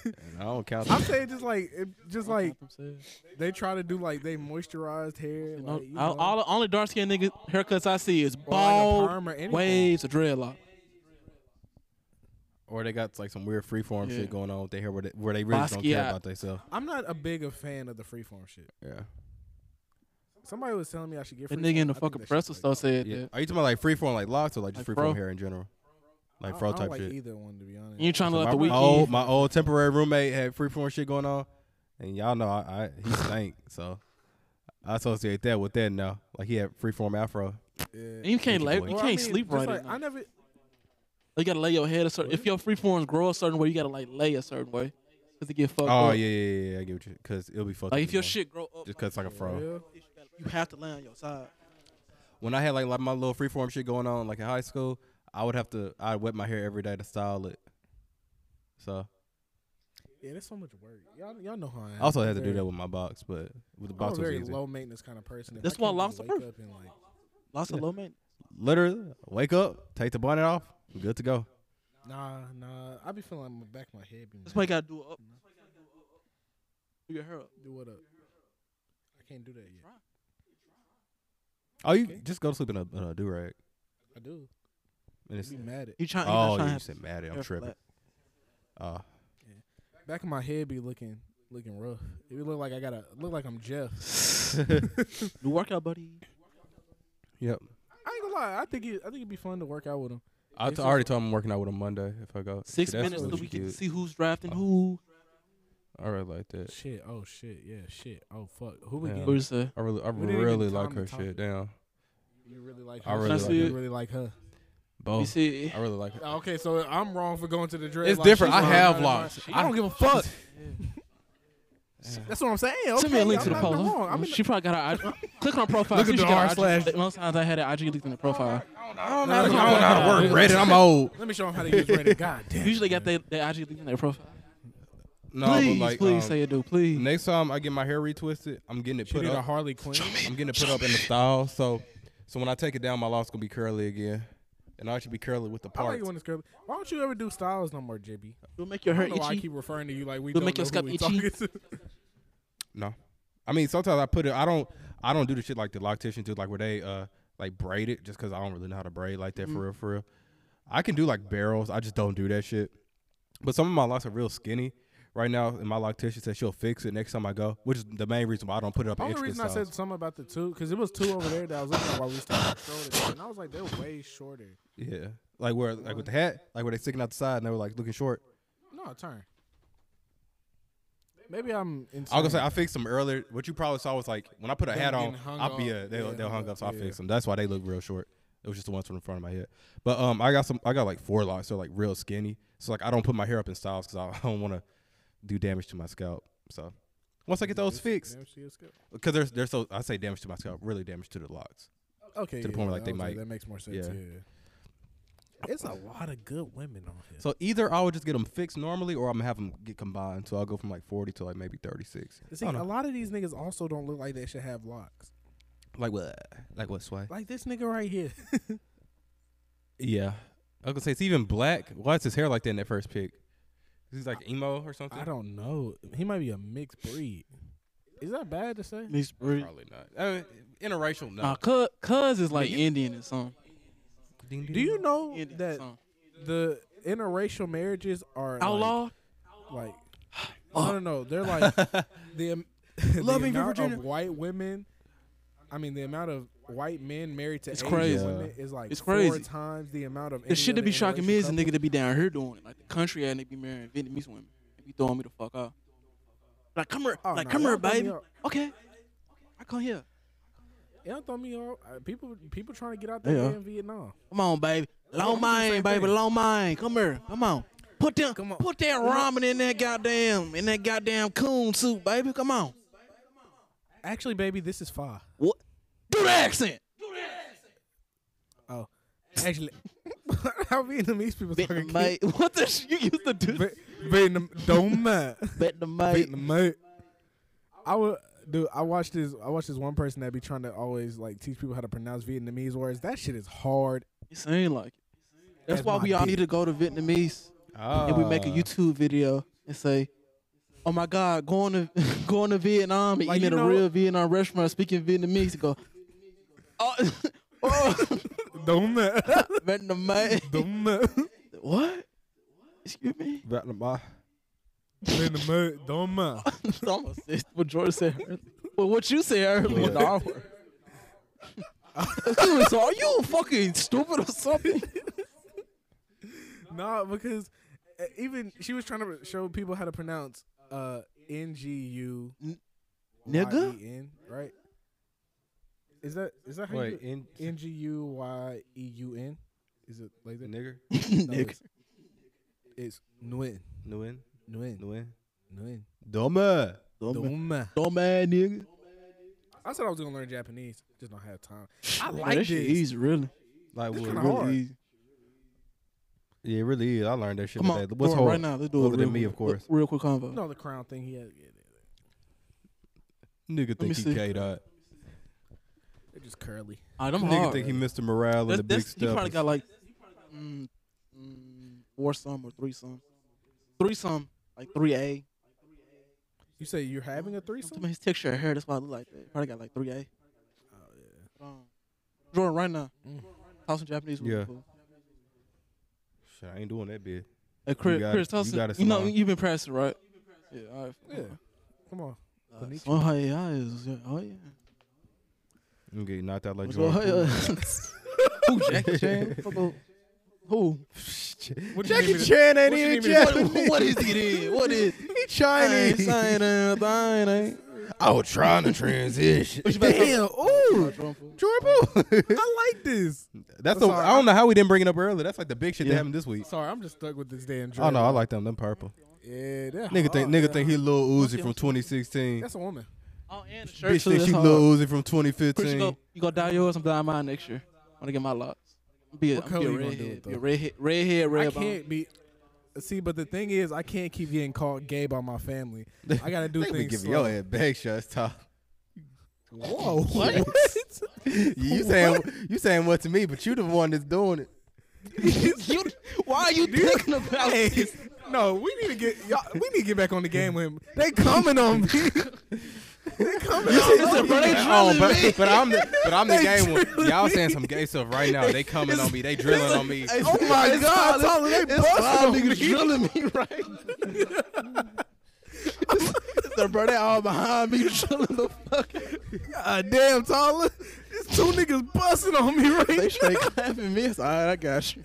S4: And I don't count.
S2: I'm
S4: that.
S2: saying just like, it, just
S5: All
S2: like they try to do like they moisturized hair. Like, you know,
S5: all the only dark skinned niggas haircuts I see is
S2: or like a
S5: bald,
S2: perm or anything.
S5: waves, or dreadlock.
S4: Or they got like some weird freeform
S5: Yeah.
S4: shit going on with their hair where they, where they really don't care
S5: Basquiat.
S4: about themselves.
S2: I'm not a big a fan of the freeform shit.
S4: Yeah.
S2: Somebody was telling me I should get
S5: That
S2: freeform.
S5: nigga in
S2: I
S5: the
S2: think
S5: fucking
S2: that shit's
S5: pretzel
S2: like-
S5: store said
S4: yeah.
S5: that.
S4: Are you talking about like freeform like locks or like just
S5: Like
S4: freeform
S5: fro?
S4: hair in general? Like
S2: I-
S4: fro
S2: I don't
S4: type
S2: like
S4: shit.
S2: either one to be honest.
S5: You trying to let
S4: my,
S5: the weekend?
S4: old, my old temporary roommate had freeform shit going on, and y'all know I, I he stank, so I associate that with that now. Like he had freeform afro.
S2: Yeah.
S5: you can't
S4: Thank you,
S5: lay, you
S4: boy.
S5: can't
S2: Well, I mean,
S5: sleep
S2: just
S5: right.
S2: Like,
S5: at
S2: I
S5: night.
S2: never.
S5: you gotta lay your head a certain. If your free forms grow a certain way, you gotta like lay a certain way, cause it get fucked up.
S4: Oh yeah, yeah, yeah, yeah. I get what you because it'll be fucked.
S5: Like
S4: up
S5: if your
S4: anyway,
S5: shit grow up,
S4: just cause it's like a fro.
S2: Yeah.
S5: you have to lay on your side.
S4: When I had like, like my little freeform shit going on like in high school, I would have to I wet my hair every day to style it. So
S2: Yeah, that's so much work. Y'all, y'all know how I am.
S4: I also had to do
S2: Very-
S4: that with my box, but with the
S2: I'm a
S4: box was
S2: very
S4: easy.
S2: low maintenance kind of person. If
S5: That's
S2: I
S5: why
S2: can't
S5: locks
S2: just
S5: are
S2: wake
S5: perfect.
S2: up and, like,
S5: Lots of low man.
S4: Literally, wake up, take the bonnet off, good to go.
S2: Nah, nah. I be feeling like my back, of my head. Be mad.
S5: That's why you gotta do it up. Do your hair up.
S2: do what up. I can't do that yet.
S4: Oh, you
S2: Okay.
S4: Oh, just go to sleep in a, in a do rag.
S2: I do.
S4: And it's,
S2: Be mad at.
S5: You trying?
S4: oh, yeah,
S5: you trying to
S4: you
S5: have
S4: said mad. I'm
S5: hair
S4: tripping.
S5: flat.
S4: Uh,
S2: Back of my head be looking looking rough. It would look like I gotta look like I'm Jeff.
S5: New workout, buddy.
S4: yep.
S2: I ain't gonna lie. I think it, I think it'd be fun to work out with him.
S4: I
S2: It's
S4: t- I already told him I'm working out with him Monday if I go.
S5: Six
S4: So that's
S5: minutes
S4: what
S5: till
S4: you Oh.
S5: we get to
S4: did.
S5: see who's drafting who.
S4: I really like that.
S2: Shit. Oh shit. Yeah. Shit. Oh fuck. Who we
S4: Yeah.
S2: getting?
S5: What is that?
S4: I really, I
S2: We didn't even
S4: really like
S2: time to
S4: her
S2: talk.
S4: shit. Damn,
S2: You really like
S4: I
S2: her.
S4: really
S5: like
S2: you
S5: her.
S2: really like her.
S5: You
S4: both.
S5: see,
S4: I really like her.
S2: Okay, so I'm wrong for going to the dread.
S4: It's different.
S2: she's
S4: I
S2: wrong.
S4: have
S2: Not mine.
S4: locks.
S2: I don't give a fuck. That's what I'm saying. Okay,
S5: send me a link to
S2: I'm
S5: the
S2: not in
S5: poll.
S2: wrong. I'm in the-
S5: she probably got her. IG. Click on profile.
S2: Look
S5: see
S2: at
S5: if she
S2: the
S5: got
S2: r
S5: her
S2: slash.
S5: IG. Most times I had an IG linked in the profile.
S2: I
S4: I
S2: don't
S4: don't know
S2: know how to-
S4: how to work Reddit. I'm old.
S2: Let me show him how to use Reddit. God damn.
S5: Usually got their their IG linked in their profile.
S4: No,
S5: please,
S4: but like,
S5: please
S4: um,
S5: say you do. Please.
S4: next time I get my hair retwisted, I'm getting it
S2: She
S4: put
S2: did a
S4: up.
S2: Harley Quinn.
S4: I'm getting it put up in the style. So, so when I take it down, my locks gonna be curly again, and I should be curly with the
S2: I like it
S4: parts.
S2: when it's curly. Why don't you ever do styles no more, JB?
S5: It'll make your
S2: I
S5: hair
S2: don't know why I
S5: itchy.
S2: keep referring to you like we
S5: It'll
S2: don't
S5: make
S2: know
S5: your scalp
S2: who we
S5: itchy.
S2: talking to.
S4: No, I mean sometimes I put it. I don't. I don't do the shit like the locticians do, like where they uh like braid it, just because I don't really know how to braid like
S2: Mm-hmm.
S4: that for real, for real. I can do like barrels. I just don't do that shit. But some of my locks are real skinny right now, and my loctician said she'll fix it next time I go, which is the main reason why I don't put it up. in
S2: Only
S4: extra
S2: reason I
S4: size.
S2: said something about the two because it was two over there that I was looking at while we started scrolling, today, and I was like, they're way shorter.
S4: yeah, like where like with the hat, like where they sticking out the side and they were like looking short.
S2: No, turn. Maybe I'm. Insane.
S4: I was gonna say I fixed them earlier. What you probably saw was like when I put a
S2: Them
S4: hat on,
S2: getting hung
S4: I'll
S2: up.
S4: be yeah, they
S2: Yeah,
S4: they'll
S2: hung
S4: hung
S2: up,
S4: up, so I
S2: yeah.
S4: fixed them. That's why they look real short. It was just the ones from the front of my head. But um, I got some. I got like four locks. They're like real skinny. So like I don't put my hair up in styles because I don't want to do damage to my scalp. So once I get those fixed,
S2: Damn, she is good.
S4: because they're they're so I say damage to my scalp, really damage to the locks.
S2: Okay.
S4: To the
S2: yeah,
S4: point where, like,
S2: I
S4: they
S2: was
S4: might-
S2: That makes more sense. Yeah.
S4: yeah.
S2: It's a lot of good women on here.
S4: So either I would just get them fixed normally, or I'm gonna have them get combined. So I'll go from like 40 to like maybe 36.
S2: See, a lot of these niggas also don't look like they should have locks.
S4: Like what? Like what? Sway?
S2: Like this nigga right here.
S4: Yeah. I was gonna say it's even black. Why is his hair like that in that first pick? He's like emo or something.
S2: I don't know. He might be a mixed breed. Is that bad to say?
S5: Mixed breed.
S4: Probably not. I mean, interracial, no.
S5: Nah, cuz, cuz is like Indian or something.
S2: Do you know
S5: Indian or
S2: that
S5: something.
S2: the interracial marriages are
S5: Outlaw?
S2: Like, like
S5: Oh.
S2: no, no, no. They're like the, am- the
S4: Loving for
S2: amount
S4: Virginia.
S2: of white women. I mean, the amount of white men married to
S5: It's
S2: Asian
S5: crazy.
S2: women is like
S5: It's
S2: four
S5: crazy.
S2: times the amount of.
S5: The shit
S2: to
S5: that be shocking me is a nigga that be down here doing it. Like the country and they be marrying Vietnamese women. They be throwing me the fuck off. Like come here,
S2: Oh,
S5: like
S2: no,
S5: come
S2: y'all
S5: here,
S2: throw me
S5: baby.
S2: off.
S5: Okay, I come here.
S2: Yeah, throw me off. Uh, People, people trying to get out there
S5: Yeah.
S2: in Vietnam.
S5: Come on, baby. Long
S2: I'm gonna do the
S5: mine,
S2: same
S5: baby.
S2: thing.
S5: Long mine. Come here. Come on. Put them.
S2: Come on.
S5: Put that ramen in that goddamn in that goddamn coon soup, baby. Come on.
S2: Actually, baby, this is far.
S5: What? Do the accent.
S2: Oh, actually, how Vietnamese people talking?
S5: Vietnamese. What the sh- you used to do?
S2: Viet- Vietnam, don't matter.
S5: Vietnamese.
S2: Vietnamese. I would, dude. I watched this. I watched this one person that be trying to always like teach people how to pronounce Vietnamese words. That shit is hard.
S5: It seemed like it. That's
S2: That's
S5: why
S2: my
S5: we
S2: dick.
S5: all
S2: Ah.
S5: need to go to Vietnamese and we make a YouTube video and say, "Oh my God, going to going to Vietnam and
S2: Like,
S5: eating
S2: you
S5: at a
S2: know-
S5: real Vietnam restaurant, speaking Vietnamese." And go, oh, oh,
S2: Don't matter.
S5: Vietnamese.
S2: Don't matter.
S5: what? Excuse me.
S4: Vietnam.
S2: Vietnamese. Don't matter.
S5: I'm assist what Jordan said. earlier. Well, what you said earlier was the R word. He was, Are you fucking stupid or something?
S2: Nah, because uh, even she was trying to show people how to pronounce uh N G U
S5: Nigga?
S2: Y E N, right? Is that is that how
S4: Wait,
S2: you
S4: in,
S2: N G U Y E U N? Is it like that?
S4: nigger,
S2: No,
S5: Nigga.
S2: it's- It's Nguyen.
S4: Nguyen,
S2: Nguyen.
S4: Nguyen,
S2: Nguyen.
S4: Doma.
S5: Dumb
S2: Doma.
S5: dumb ass nigga.
S2: I said I was gonna learn Japanese. Just don't have time. I
S5: Man,
S2: like
S5: that shit
S2: this.
S5: easy, really.
S4: Like
S2: This
S4: what?
S2: kinda
S5: Really
S2: hard.
S5: easy.
S4: Yeah, it really is. I learned that shit
S5: Come on,
S4: today. What's
S5: do it
S4: whole
S5: right now? Let's do it
S4: Other
S5: real,
S4: than me, of
S5: quick-
S4: course.
S5: Real quick convo.
S2: No, the crown thing. He had. yeah,
S4: Nigga
S5: me
S4: think he
S5: see.
S4: K dot.
S2: They're just curly.
S5: Ah, them
S4: Nigga
S5: hard.
S4: think he Mr. Morale and
S5: That's-
S4: the big
S5: that's- You probably got
S4: stuff.
S5: like mm, mm, four some or three some, three some, like three A.
S2: You say you're having a
S5: To
S2: threesome?
S5: me, his texture of hair, that's why I look like that. Probably got like three A. Oh yeah. Jordan, right now,
S2: Mm.
S5: toss some Japanese. would be
S4: Yeah.
S5: cool.
S4: Shit, I ain't doing that bit.
S5: Hey, Chris,
S4: got it.
S5: Chris
S4: You
S5: Thompson, you,
S4: got it,
S5: know
S4: Simone.
S5: you've been practicing, right? Yeah, all right.
S2: Yeah. Come on.
S5: Uh,
S2: Konnichiwa.
S5: oh, hey, yeah, is- yeah, oh, yeah.
S4: You can get knocked out like
S5: What's going
S4: Jordan
S5: on? Who, Jackie Chan? Fuck off. Who?
S2: What you need
S4: Jackie
S2: me to-
S4: Chan ain't
S2: what you
S4: even
S2: need me to-
S4: Japanese.
S5: What is it in? What is it?
S4: He
S5: I ain't
S4: Chinese.
S5: saying nothing. I ain't- I ain't.
S4: I was trying to transition.
S5: What you about to-
S4: ooh, Jordan.
S2: I like this.
S4: That's
S2: I'm
S4: the.
S2: sorry.
S4: I don't know how we didn't bring it up earlier. That's like the big shit
S5: Yeah.
S4: that happened this week.
S2: Sorry, I'm just stuck with this damn
S4: Oh
S2: Drake.
S4: no, I like them. Them purple.
S2: Yeah, that
S4: Nigga think nigga think he Lil Uzi
S5: Okay,
S4: from
S5: okay.
S4: 2016.
S2: That's a woman.
S5: Oh, and the shirt
S4: Bitch
S5: too,
S4: think
S5: that's
S4: she
S5: hard.
S4: Lil Uzi from
S5: Chris, you
S4: 2015.
S5: go, you go dye yours, I'm dyeing mine next year. I'm gonna get my locks. I'm be a,
S2: What
S5: I'm be a
S2: color you gonna do
S5: redhead.
S2: it,
S5: Be a
S2: though?
S5: redhead, redhead,
S2: I
S5: red bone.
S2: can't be. See, but the thing is, I can't keep getting called gay by my family. I gotta do
S4: They be
S2: things.
S4: giving
S2: Slow.
S4: your head back shots, top.
S2: Whoa, what?
S4: you saying you saying what to me, but you the one that's doing it.
S5: You, why are you thinking about this?
S2: no, we need to get y'all, we need to get back on the game with him. They coming on me. they coming on me.
S5: It's a brother
S4: Oh,
S5: drilling me.
S4: but, but I'm the but I'm the
S2: They
S4: gay one.
S2: drilling
S4: Y'all
S2: me.
S4: saying some gay stuff right now. They coming on me. They drilling on me.
S2: Oh my God, Tyler, they busting on me.
S5: niggas drilling me right. the bro, they all behind me drilling the fuck.
S2: God damn, Tyler, it's two niggas busting on me right
S5: They
S2: now.
S5: straight clapping me. It's all right. I got you.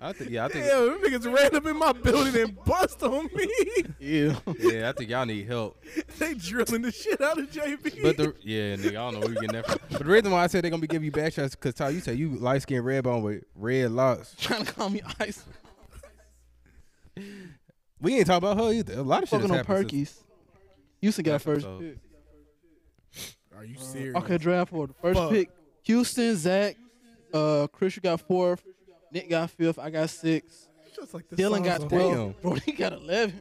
S4: I think yeah, I think
S2: Damn, them niggas ran up in my building and bust on me.
S5: Yeah.
S4: yeah, I think y'all need help.
S2: they drilling the shit out of JB.
S4: But the yeah, nigga, I don't know where you getting that from. But the reason why I said they're gonna be giving you back shots because Ty, you say you light skinned red bone with red locks.
S5: Trying to call me ice.
S4: We ain't talking about her either. A lot of shit has
S5: Fucking on
S4: happened. since-
S5: Perkies. Houston got first
S4: episode.
S5: pick.
S2: Are you serious?
S5: Okay, draft order. First
S2: Fuck.
S5: pick: Houston, Zach, uh, Chris. You got fourth. Nick got fifth. I got six.
S2: Just like this
S5: Dylan
S2: song,
S5: got
S2: so-
S5: twelve. Bro, he got eleven.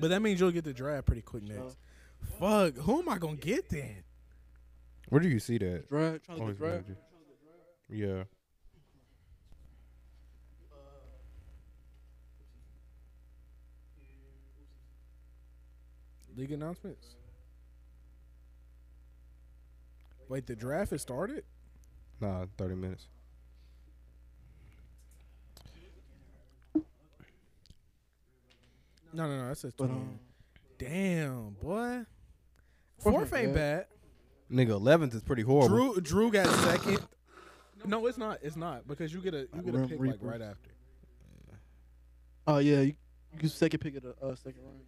S2: But that means you'll get the draft pretty quick next. Fuck, who am I gonna get then?
S4: Where do you see that?
S5: Draft. Trying to
S4: Always
S5: get draft.
S4: remember you. Yeah.
S2: League announcements. Wait, the draft has started?
S4: Nah, thirty minutes.
S2: No, no, no. That says
S5: But
S2: 20.
S5: um,
S2: Damn, boy.
S5: Fourth
S2: Fourth ain't
S5: ain't
S2: bad.
S4: Nigga, eleventh is pretty horrible.
S2: Drew Drew got second. No, it's not. It's not because you get a you get a
S5: Rem-
S2: pick like
S5: Reapers.
S2: right after.
S5: oh yeah, you, you can second pick of the uh, second round.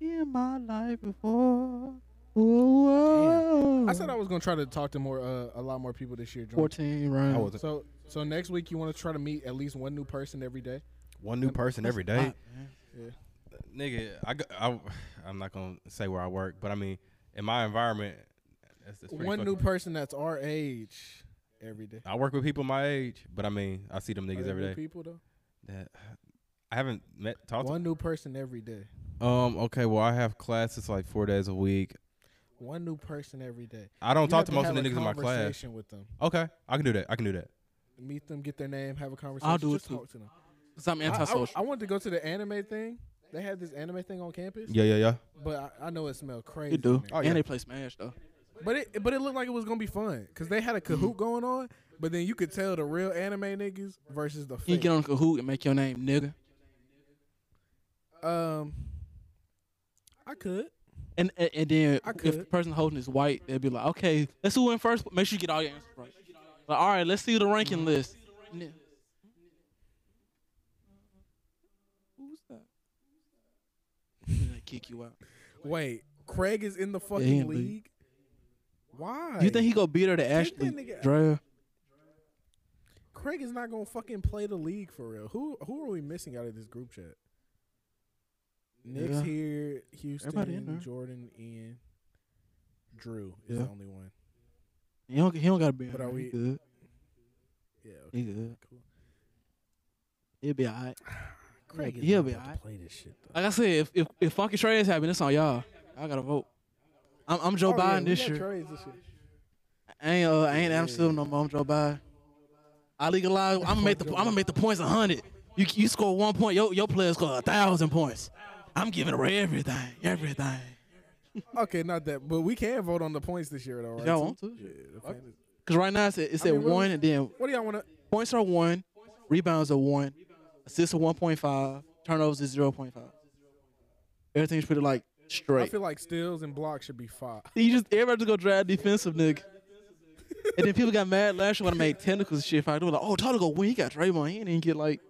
S5: In my life before. Whoa, whoa.
S2: I said I was gonna try to talk to more uh, a lot more people this year. Jordan.
S5: fourteen rounds.
S4: I was
S2: So so next week you want to try to meet at least one new person every day.
S4: one new person every
S5: Hot,
S4: day.
S5: man.
S4: Nigga, I, go- I I'm not gonna say where I work, but I mean in my environment, that's, that's pretty
S2: One new
S4: fucking-
S2: person that's our age every day.
S4: I work with people my age, but I mean I see them
S2: Are
S4: niggas
S2: they
S4: every
S2: new
S4: day.
S2: People though.
S4: That- I haven't met talked.
S2: One new person every day.
S4: to, um. Okay. Well, I have classes like four days a week.
S2: One new person every day.
S4: I don't
S2: You
S4: talk
S2: have
S4: to most of the
S2: have a
S4: niggas in my class.
S2: Conversation with them.
S4: Okay, I can do that. I can do that.
S2: Meet them, get their name, have a conversation.
S5: do it
S2: Just
S5: too.
S2: talk to them.
S5: Cause I'm
S2: I- I,
S5: antisocial.
S2: I wanted to go to the anime thing. They had this anime thing on campus,
S4: Yeah, yeah, yeah.
S2: but I, I know it smelled crazy.
S5: you do.
S2: in there.
S4: Oh, yeah.
S5: And they play Smash though.
S2: But it but it looked like it was gonna be fun because they had a cahoot going on. But then you could tell the real anime niggas versus the
S5: You can
S2: fake.
S5: get on Kahoot and make your name nigga.
S2: um, I could.
S5: And and, and then
S2: I
S5: if the
S2: could.
S5: person holding is white, they'd be like, okay, let's see who went first. Make sure you get all your answers right. Like, all right, let's see the ranking
S2: Mm-hmm.
S5: list. Ni- Who's that? Then they kick you out.
S2: Wait, Craig is in the fucking
S5: ain't league.
S2: league. Why?
S5: Do you think he go beat her to
S2: Take that
S5: Ashley
S2: nigga out.
S5: Drea?
S2: Craig is not gonna fucking play the league for real? Who who are we missing out of this group chat? Nick's
S5: Yeah.
S2: here, Houston,
S5: Everybody in there.
S2: Jordan, Ian, Drew is
S5: Yeah.
S2: the only one.
S5: He don't, he don't gotta be. in
S2: But
S5: there.
S2: are
S5: He
S2: we-
S5: good.
S2: Yeah, okay,
S5: He good.
S2: cool.
S5: It'll be alright.
S2: Craig is
S5: he'll
S2: not
S5: be
S2: about to
S5: alright.
S2: play this shit though.
S5: Like I said, if if, if funky trades happen, it's on y'all. I gotta vote. I'm, I'm Joe
S2: Oh, yeah,
S5: Biden
S2: we
S5: this
S2: got
S5: year.
S2: trades this year.
S5: I ain't uh, I ain't Adam Silver no more. I'm Joe Biden. I legalize. I'm gonna make the I'm gonna make the points a hundred. You you score one point, your your player score a thousand points. I'm giving away everything, everything.
S2: Okay, not that, but we can vote on the points this year though, right?
S5: Y'all want to?
S2: Yeah, the fan-
S5: Because right now it's at, it's
S2: I
S5: at
S2: mean, really-
S5: one, and then
S2: What do y'all want to?
S5: points are one, rebounds are one, assists are 1.5, turnovers is 0.5. Everything's pretty like
S2: I
S5: straight.
S2: feel like steals and blocks should be five.
S5: you just everybody just go drive defensive, nigga. and then people got mad last year when I made technicals and shit. If I do like, oh, Tyler go win, he got Draymond, he didn't get like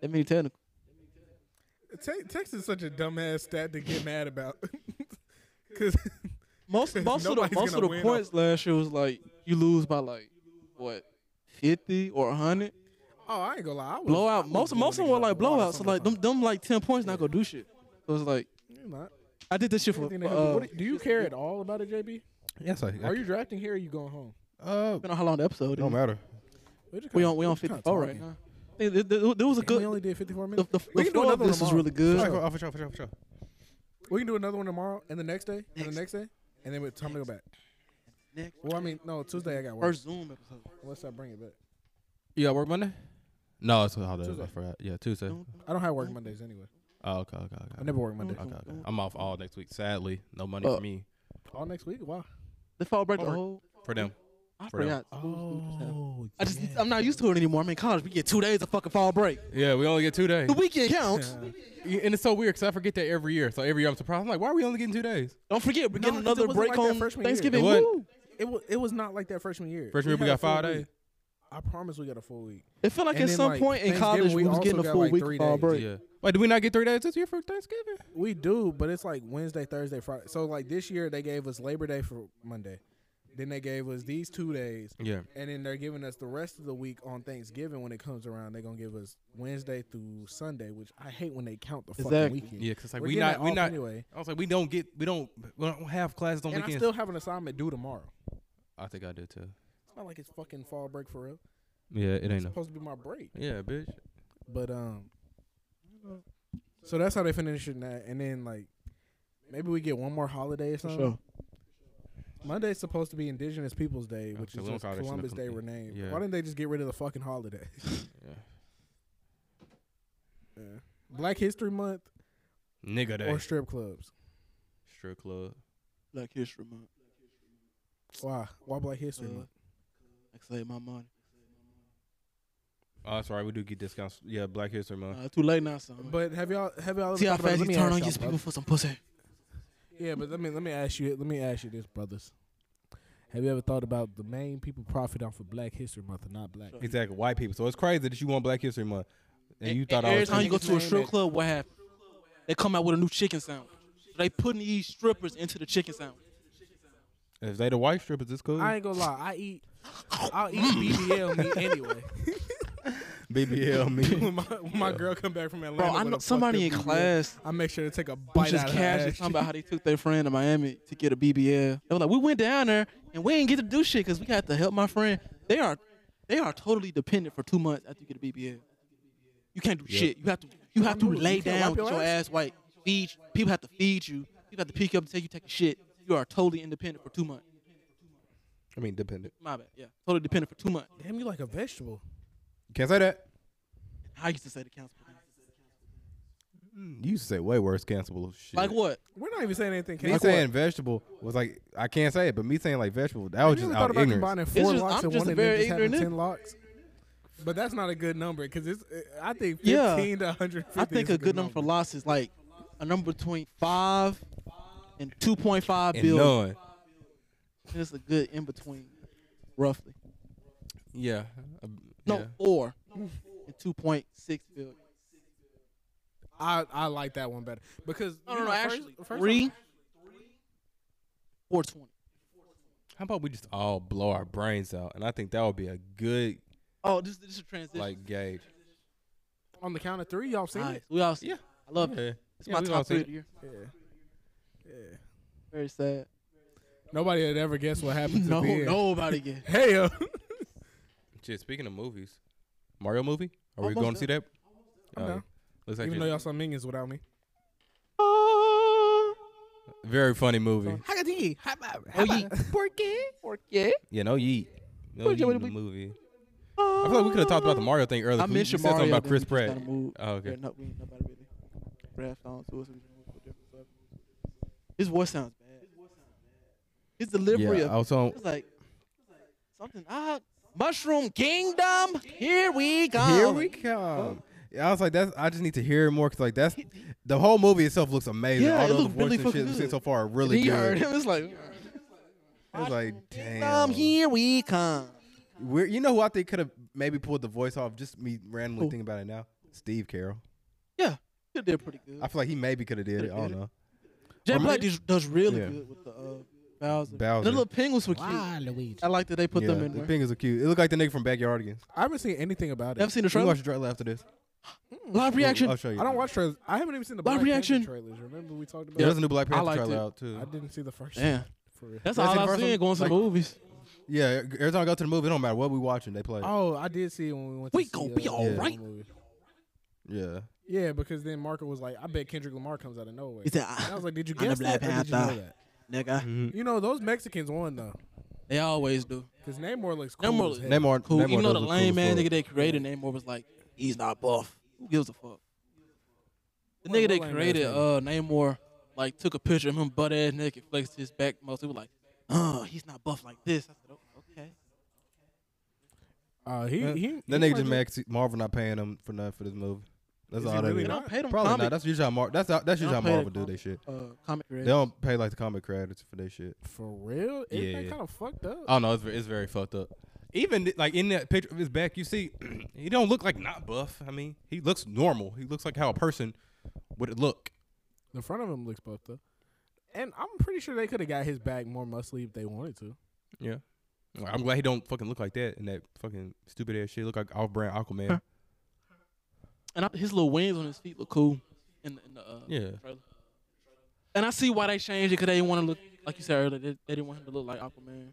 S5: that many technicals.
S2: Te- Texas is such a dumbass stat to get mad about. Cause
S5: Most most of the
S2: Nobody's
S5: most of
S2: gonna
S5: the
S2: win
S5: points last year was like you lose by like what fifty or hundred
S2: oh, I ain't gonna lie, I was,
S5: blowout.
S2: I was
S5: Most
S2: blowing
S5: most
S2: niggas
S5: of them were
S2: out
S5: like
S2: the water
S5: blowouts. So like them
S2: sometimes.
S5: them like ten points not gonna do shit. So it's like
S2: You're not.
S5: I did this shit for.
S2: Anything that
S5: Uh,
S2: happens- what do- do you care at all about it, JB?
S4: Yes, I.
S2: Are you drafting here? or You going home?
S4: Uh,
S5: depending on how long the episode is.
S4: don't matter.
S5: We on we on fifty four right now. There was a
S2: We
S5: good.
S2: only did 54
S5: The,
S2: minutes.
S5: the,
S2: we
S5: the
S2: can do
S5: flow
S2: another
S5: of
S2: one
S5: this is
S2: tomorrow.
S5: really good.
S4: All right, Oh, for- for sure, for sure, for sure.
S2: We can do another one tomorrow and the next day and
S5: Next.
S2: the next day and then with time to go back.
S5: Next.
S2: Well, I mean, no, Tuesday I got work.
S5: First Zoom episode.
S2: Unless I bring it back.
S4: You got work Monday? No, it's a holiday.
S2: Tuesday.
S4: I forgot. Yeah, Tuesday.
S2: I don't have work Mondays anyway.
S4: Oh, okay, okay, okay.
S2: I never work Monday.
S4: Okay, okay. I'm off all next week. Sadly, no money
S5: Uh,
S4: for me.
S2: All next week? Wow.
S5: The fall break the
S4: Or-
S5: whole.
S4: For them.
S5: I
S4: for them.
S5: forgot. school- school just
S2: Oh,
S5: happened. I just I'm not used to it anymore. I'm in college. We get two days of fucking fall break.
S4: Yeah, we only get two days.
S5: The weekend counts.
S4: Y- And it's so weird because I forget that every year. So every year I'm surprised. I'm like, why are we only getting two days?
S5: Don't forget, we're
S2: No,
S5: getting
S2: 'cause it
S5: another
S2: wasn't
S5: break
S2: like that
S5: on
S2: freshman year.
S5: Thanksgiving.
S4: It wasn't.
S5: Woo!
S2: It was it was not like that freshman year.
S4: Freshman year we
S2: had
S4: got
S2: a
S4: five
S2: full
S4: days.
S2: week. I promise we got a full week.
S5: It felt like
S2: And
S5: at
S2: then,
S5: some
S2: like,
S5: point in
S2: Thanksgiving,
S5: college we
S2: we
S5: was
S2: also
S5: getting a
S2: got,
S5: full
S2: like,
S5: week
S2: three
S5: of fall
S2: days.
S5: break.
S4: Yeah. Wait, do we not get three days this year for Thanksgiving?
S2: We do, but it's like Wednesday, Thursday, Friday. So like this year they gave us Labor Day for Monday. Then they gave us these two days.
S4: Yeah.
S2: And then they're giving us the rest of the week on Thanksgiving when it comes around. They're gonna give us Wednesday through Sunday, which I hate when they count the fucking
S5: Exactly.
S2: weekend.
S4: Yeah, because like
S2: We're
S4: we
S2: getting
S4: not
S2: that
S4: we
S2: off
S4: not.
S2: anyway.
S4: I was like, we don't get we don't we don't have classes on
S2: And I
S4: weekends.
S2: still have an assignment due tomorrow.
S4: I think I do too.
S2: It's not like it's fucking fall break for real.
S4: Yeah, it ain't
S2: It's
S4: no.
S2: supposed to be my break.
S4: Yeah, bitch.
S2: But um, so that's how they finishing that, and then like maybe we get one more holiday or
S5: For
S2: something.
S5: sure.
S2: Monday's supposed to be Indigenous Peoples Day,
S4: Oh,
S2: which
S4: so
S2: is
S4: we don't
S2: just
S4: call that shit no
S2: Columbus Day
S4: com-
S2: renamed.
S4: yeah.
S2: Why didn't they just get rid of the fucking holiday?
S4: Yeah.
S2: Yeah. Black History Month
S4: Nigga day.
S2: or strip clubs?
S4: Strip club.
S5: Black History Month.
S2: Why? Why Black History
S5: Uh,
S2: Month?
S5: I saved my money.
S4: Oh, that's right. We do get discounts. Yeah, Black History Month.
S5: Uh, too late now, son.
S2: But have y'all have y'all? ever
S5: See how
S2: thought about-
S5: fast
S2: let
S5: you
S2: me
S5: turn
S2: ask
S5: on
S2: y'all,
S5: these people
S2: brothers.
S5: for some pussy.
S2: Yeah, but let me let me ask you let me ask you this, brothers. Have you ever thought about the main people profit off of Black History Month and not black?
S5: Sure.
S4: Exactly. White people. So it's crazy that you want Black History Month. And you thought I
S5: E, every
S4: was
S5: time you go to a
S2: name
S5: strip
S2: it.
S5: club, what happens? They come out with a new chicken sandwich. They putting these strippers into the chicken sandwich.
S4: if they the white strippers, it's cool.
S2: I ain't gonna lie, I eat I'll eat
S5: Mm.
S2: BBL meat anyway.
S4: BBL me.
S2: when my, when my girl come back from Atlanta,
S5: Bro, I
S2: with a
S5: know
S2: fucked
S5: somebody in
S2: up BBL,
S5: class
S2: I make sure to take a
S5: was
S2: bite
S5: just
S2: out of her
S5: casually
S2: ass.
S5: talking about how they took their friend to Miami to get a BBL. They were like, we went down there and we didn't get to do shit because we had to help my friend. They are, they are totally dependent for two months after you get a BBL. You can't do shit. You have to, you have to
S2: know.
S5: lay
S2: You can't
S5: down,
S2: wipe
S5: get
S2: your
S5: your ass wiped, feed. People have to feed you. People have to pick you up and take you take a shit. You are totally independent for two months.
S4: I mean, dependent.
S5: My bad. Yeah, totally dependent for two months.
S2: Damn, you like a vegetable.
S4: You can't say that.
S5: I used to say the council.
S4: You used to say way worse cancelable shit.
S5: Like what?
S2: We're not even saying anything.
S4: Me
S2: Like
S4: saying vegetable was like I can't say it, but me saying like vegetable that was
S2: you ever
S4: just out
S2: thought
S4: of
S2: about
S4: ignorance.
S2: combining four
S5: just-
S2: locks
S5: I'm
S2: and
S5: just
S2: one
S5: a
S2: and then
S5: very
S2: just having
S5: ignorant
S2: ten locks? But that's not a good number because it's. I think fifteen
S5: Yeah.
S2: to hundred fifty.
S5: I think a good number for loss is like a number between five and two point five
S4: And
S5: billion.
S4: none.
S5: It's a good in between, roughly.
S4: Yeah. Uh,
S5: No,
S4: yeah.
S5: or and two point six billion.
S2: I I like that one better because
S5: No,
S2: you
S5: no, no.
S2: know, first-
S5: Actually,
S2: first
S5: three,
S2: off-
S5: four twenty.
S4: How about we just all blow our brains out? And I think that would be a good
S5: Oh, this this is a transition.
S4: like gauge.
S2: on the count of three, y'all seen
S5: Nice.
S2: it?
S5: We all see.
S4: Yeah.
S5: I love it.
S4: Yeah.
S5: It's
S4: Yeah,
S5: my
S4: we all
S5: top
S4: seen
S5: three
S4: it.
S5: of the year.
S2: Yeah, yeah.
S5: Very sad.
S2: Nobody had ever guessed what happened. To
S5: No,
S2: Ben. uh,
S5: nobody get.
S2: Hell,
S4: Shit, speaking of movies, Mario movie? Are we
S5: Almost
S4: going to see that?
S2: I'm
S4: Uh,
S2: down.
S4: Looks like
S2: even though
S4: it's
S2: y'all saw Minions without me.
S4: a very funny movie.
S5: Oh, yeah. Porque? Porque?
S4: Yeah, no yeet. No
S5: What
S4: yeet
S5: you-
S4: in the movie. I feel like we could have talked about the Mario thing earlier.
S5: I
S4: 'cause we-
S5: mentioned
S4: we said
S5: Mario.
S4: something about
S5: then
S4: Chris
S5: we just
S4: Pratt.
S5: gotta move.
S4: Oh, okay.
S5: Yeah, no, we ain't nobody really grasped on to us. We just moved to a different subject. His voice sounds bad. His delivery
S4: Yeah,
S5: of
S4: I was on.
S5: it's like Something odd. Mushroom Kingdom. Here we go.
S4: Here we come. Yeah, I was like, that's. I just need to hear it more because, like, that's the whole movie itself looks amazing.
S5: Yeah,
S4: All
S5: it
S4: those
S5: looked really
S4: voices and
S5: fucking
S4: shit we've seen
S5: good.
S4: so far are really
S5: He heard
S4: good.
S5: him. It's like,
S4: I was like,
S5: um,
S4: damn.
S5: here we come.
S4: We're, you know who I think could have maybe pulled the voice off? Just me randomly thinking about it now. Steve Carroll.
S5: Yeah, he did pretty good.
S4: I feel like he maybe could have did it. I don't know.
S5: Jet Black does, does really
S4: Yeah.
S5: good with the uh, Bowser.
S4: Bowser.
S5: The little penguins were cute.
S3: Why, Luigi?
S5: I like that they put
S4: yeah,
S5: them in
S4: the
S5: there.
S4: fingers are cute. It looked like the nigga from Backyard again.
S2: I haven't seen anything about it.
S5: Never seen the
S4: We can
S5: trailer.
S4: watch the trailer after this.
S5: Live reaction.
S4: I'll show you.
S2: I don't watch trailers. I haven't even seen the
S5: Live
S2: Black Panther
S5: reaction.
S2: trailers. Remember we talked about?
S4: Yeah, there's a new Black
S5: I
S4: Panther
S5: liked
S4: trailer
S5: it.
S4: out too.
S2: I didn't see the first.
S5: Damn.
S2: one, For real.
S5: That's
S4: That's
S5: all
S4: the
S5: I've
S4: first
S5: seen
S4: one?
S5: going to the
S4: Like-
S5: movies.
S4: Yeah, every time I go to the movie, it don't matter what we watching, they play. it.
S2: Oh, I did see it when we went.
S5: We
S2: to
S5: gon'
S2: see,
S5: be
S2: uh,
S5: all
S2: the
S5: right.
S2: movie.
S4: Yeah.
S2: Yeah, because then Marco was like, "I bet Kendrick Lamar comes out of nowhere."
S5: He said,
S2: And I was like, "Did you
S5: I'm the
S2: guess that?
S5: Black
S2: or did you know
S5: Panther."
S2: that?"
S5: Nigga.
S4: Mm-hmm.
S2: You know those Mexicans won though,
S5: They always do.
S2: because Namor looks cool.
S5: Namor
S2: as
S5: looks-
S2: hell.
S4: Namor,
S5: Cool.
S4: Namor
S5: Even
S4: does
S5: though the
S4: look
S5: lame
S4: cool as
S5: man
S4: fuck.
S5: nigga they created Namor was like, he's not buff. Who gives a fuck? The
S2: What-
S5: nigga
S2: what
S5: they
S2: lame ass
S5: created,
S2: nigga?
S5: uh, Namor, like took a picture of him butt ass naked, flexed his back most. He was like, uh, he's not buff like this. I said, "Oh, okay.
S2: Uh, he,
S4: That-
S2: he,
S4: that
S2: he
S4: nigga just
S2: might
S4: mad 'cause he- Marvel not paying him for nothing for this movie. That's
S2: Is he
S4: all they
S2: really
S4: do.
S5: They
S2: not?
S5: don't pay them
S4: Probably
S5: comic,
S4: not. That's usually how Mar- that's how, that's
S5: They
S4: usually how
S5: don't pay
S4: Marvel
S5: the
S4: do their shit.
S5: uh, comic
S4: They
S5: creators.
S4: don't pay like the comic creators for their shit.
S2: For real, it's
S4: Yeah.
S2: kind of fucked up.
S4: Oh no, it's very, it's very fucked up. Even th- like in that picture of his back, you see he don't look like not buff. I mean, he looks normal. He looks like how a person would look.
S2: The front of him looks buffed up, and I'm pretty sure they could have got his back more muscly if they wanted to.
S4: Yeah. I'm glad he don't fucking look like that and that fucking stupid ass shit. Look like off brand Aquaman.
S5: And I, his little wings on his feet look cool. In the, in the uh,
S4: Yeah.
S5: trailer. And I see why they changed it because they didn't want to look like you said earlier. They, they didn't want him to look like Aquaman.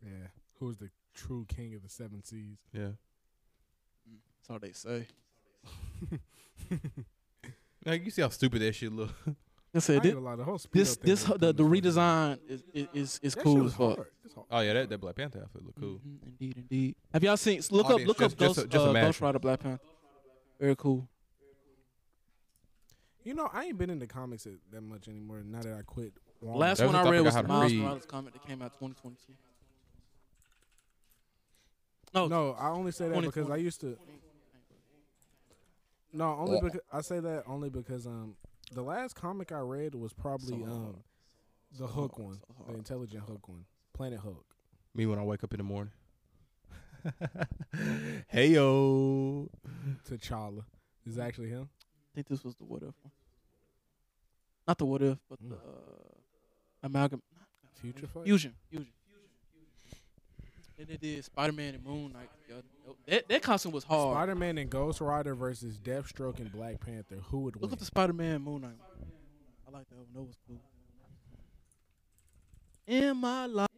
S2: Yeah, who is the true king of the seven seas?
S4: Yeah.
S5: That's all they say.
S4: Like you see how stupid that shit look.
S5: They
S2: I
S5: said
S2: ain't
S5: this
S2: gonna lie, the whole Speedo
S5: this,
S2: thing
S5: this
S2: was
S5: the, the
S2: dumb as fuck.
S5: redesign is is is, is
S2: That shit
S5: cool
S2: was
S5: as fuck.
S2: hard. It's hard.
S4: Oh yeah, that, that Black Panther outfit look cool.
S5: Mhm, Indeed, indeed. Have y'all seen? Look up,
S4: Audience,
S5: look up
S4: Oh, just- just-
S5: Ghost,
S4: just
S5: uh,
S4: imagine.
S5: Ghost Rider Black Panther. Very cool.
S2: You know, I ain't been into comics that- that much anymore. Now that I quit, Walmart.
S5: Last
S4: That's
S5: one
S4: the
S5: I
S4: topic
S5: read
S4: I
S5: was
S4: had
S5: the
S4: to
S5: Miles
S4: read.
S5: Morales comic that came out 2022. No,
S2: no, I only say that
S5: Twenty-
S2: because I used to. No, only because I say that only because um the last comic I read was probably
S5: So hard.
S2: um the Hook
S5: hard,
S2: one,
S5: so
S2: the
S5: hard.
S2: intelligent Hook one, Planet Hook.
S4: Me when I wake up in the morning. hey yo.
S2: T'Challa is actually him.
S5: I think this was the what if one. Not the what if, but
S4: Hmm.
S5: the uh, amalgam
S2: Future fight.
S5: fusion. Fusion. Then they did Spider Man and Moon Knight. together. That that costume was hard.
S2: Spider Man and Ghost Rider versus Deathstroke and Black Panther. Who would
S5: Look
S2: win?
S5: up the Spider Man Moon Knight. one. I like that one. That was cool. In my life.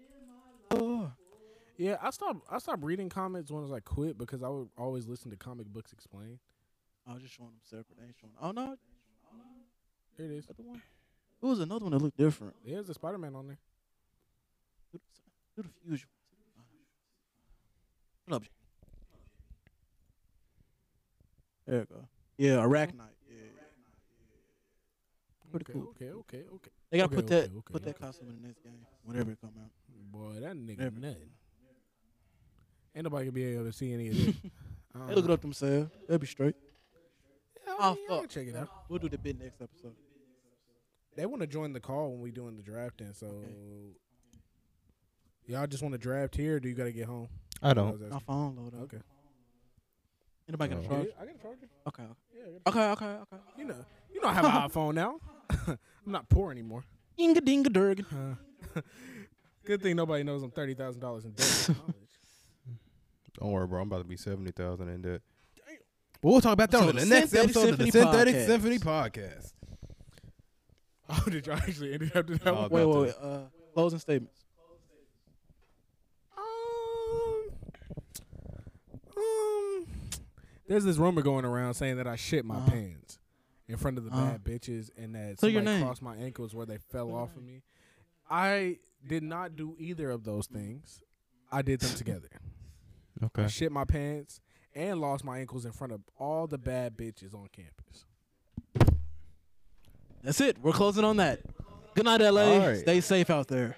S2: yeah, I stopped. I stopped reading comics when I quit because I would always listen to comic books explained.
S5: I was just showing them separate. They ain't showing. Oh no,
S2: Here it is.
S5: the one. It was another one that looked different.
S2: There's a Spider Man on there.
S5: Do the, do the fusion. What up? Jay? There you go. Yeah, Arachnite. Yeah, yeah. Pretty
S2: Okay,
S5: cool.
S2: okay, okay, okay.
S5: They gotta
S2: Okay,
S5: put that
S2: okay, okay,
S5: put that
S2: okay.
S5: costume in the next game, whenever it come out.
S2: Boy, that nigga
S5: Never.
S2: nothing. Ain't nobody gonna be able to see any of this. I
S5: They
S2: don't
S5: look it up themselves. They'll be straight.
S2: know.
S5: Oh,
S2: Yeah,
S5: fuck.
S2: Check it out.
S5: We'll do the bit next episode.
S2: They want to join the call when we doing the drafting. So,
S5: Okay.
S2: y'all just want to draft here? or Do you gotta get home?
S4: I
S2: I
S4: don't.
S2: was
S5: My
S2: asking.
S5: phone load up.
S2: Okay.
S5: Anybody got a
S4: Oh.
S5: charge?
S2: I got a charger.
S5: Okay. okay.
S2: Yeah, I got
S5: Okay, okay, okay.
S2: a- you know, you know, I have an iPhone now. I'm not poor anymore.
S5: Inga dinga durga.
S2: Huh. Good thing nobody knows I'm thirty thousand dollars in debt. in college.
S4: Don't worry, bro. I'm about to be seventy thousand in debt. But we'll talk about that
S5: So
S4: on the
S5: the
S4: next
S5: Synthetic
S4: episode of the
S5: Symphony
S4: Synthetic
S5: Podcast.
S4: Symphony Podcast.
S2: oh, did y'all actually end it after that?
S4: Oh,
S2: one?
S5: Wait,
S4: About to-
S5: wait, wait. Uh, closing statements.
S2: Um, um, there's this rumor going around saying that I shit my
S5: Uh-huh.
S2: pants in front of the
S5: Uh-huh.
S2: bad bitches and that
S5: So
S2: somebody
S5: your name.
S2: crossed my ankles where they fell off of me. I did not do either of those things. I did them together. I
S4: Okay.
S2: shit my pants and lost my ankles in front of all the bad bitches on campus.
S5: That's it. We're closing on that. Good night, LA.
S4: All right.
S5: Stay safe out there.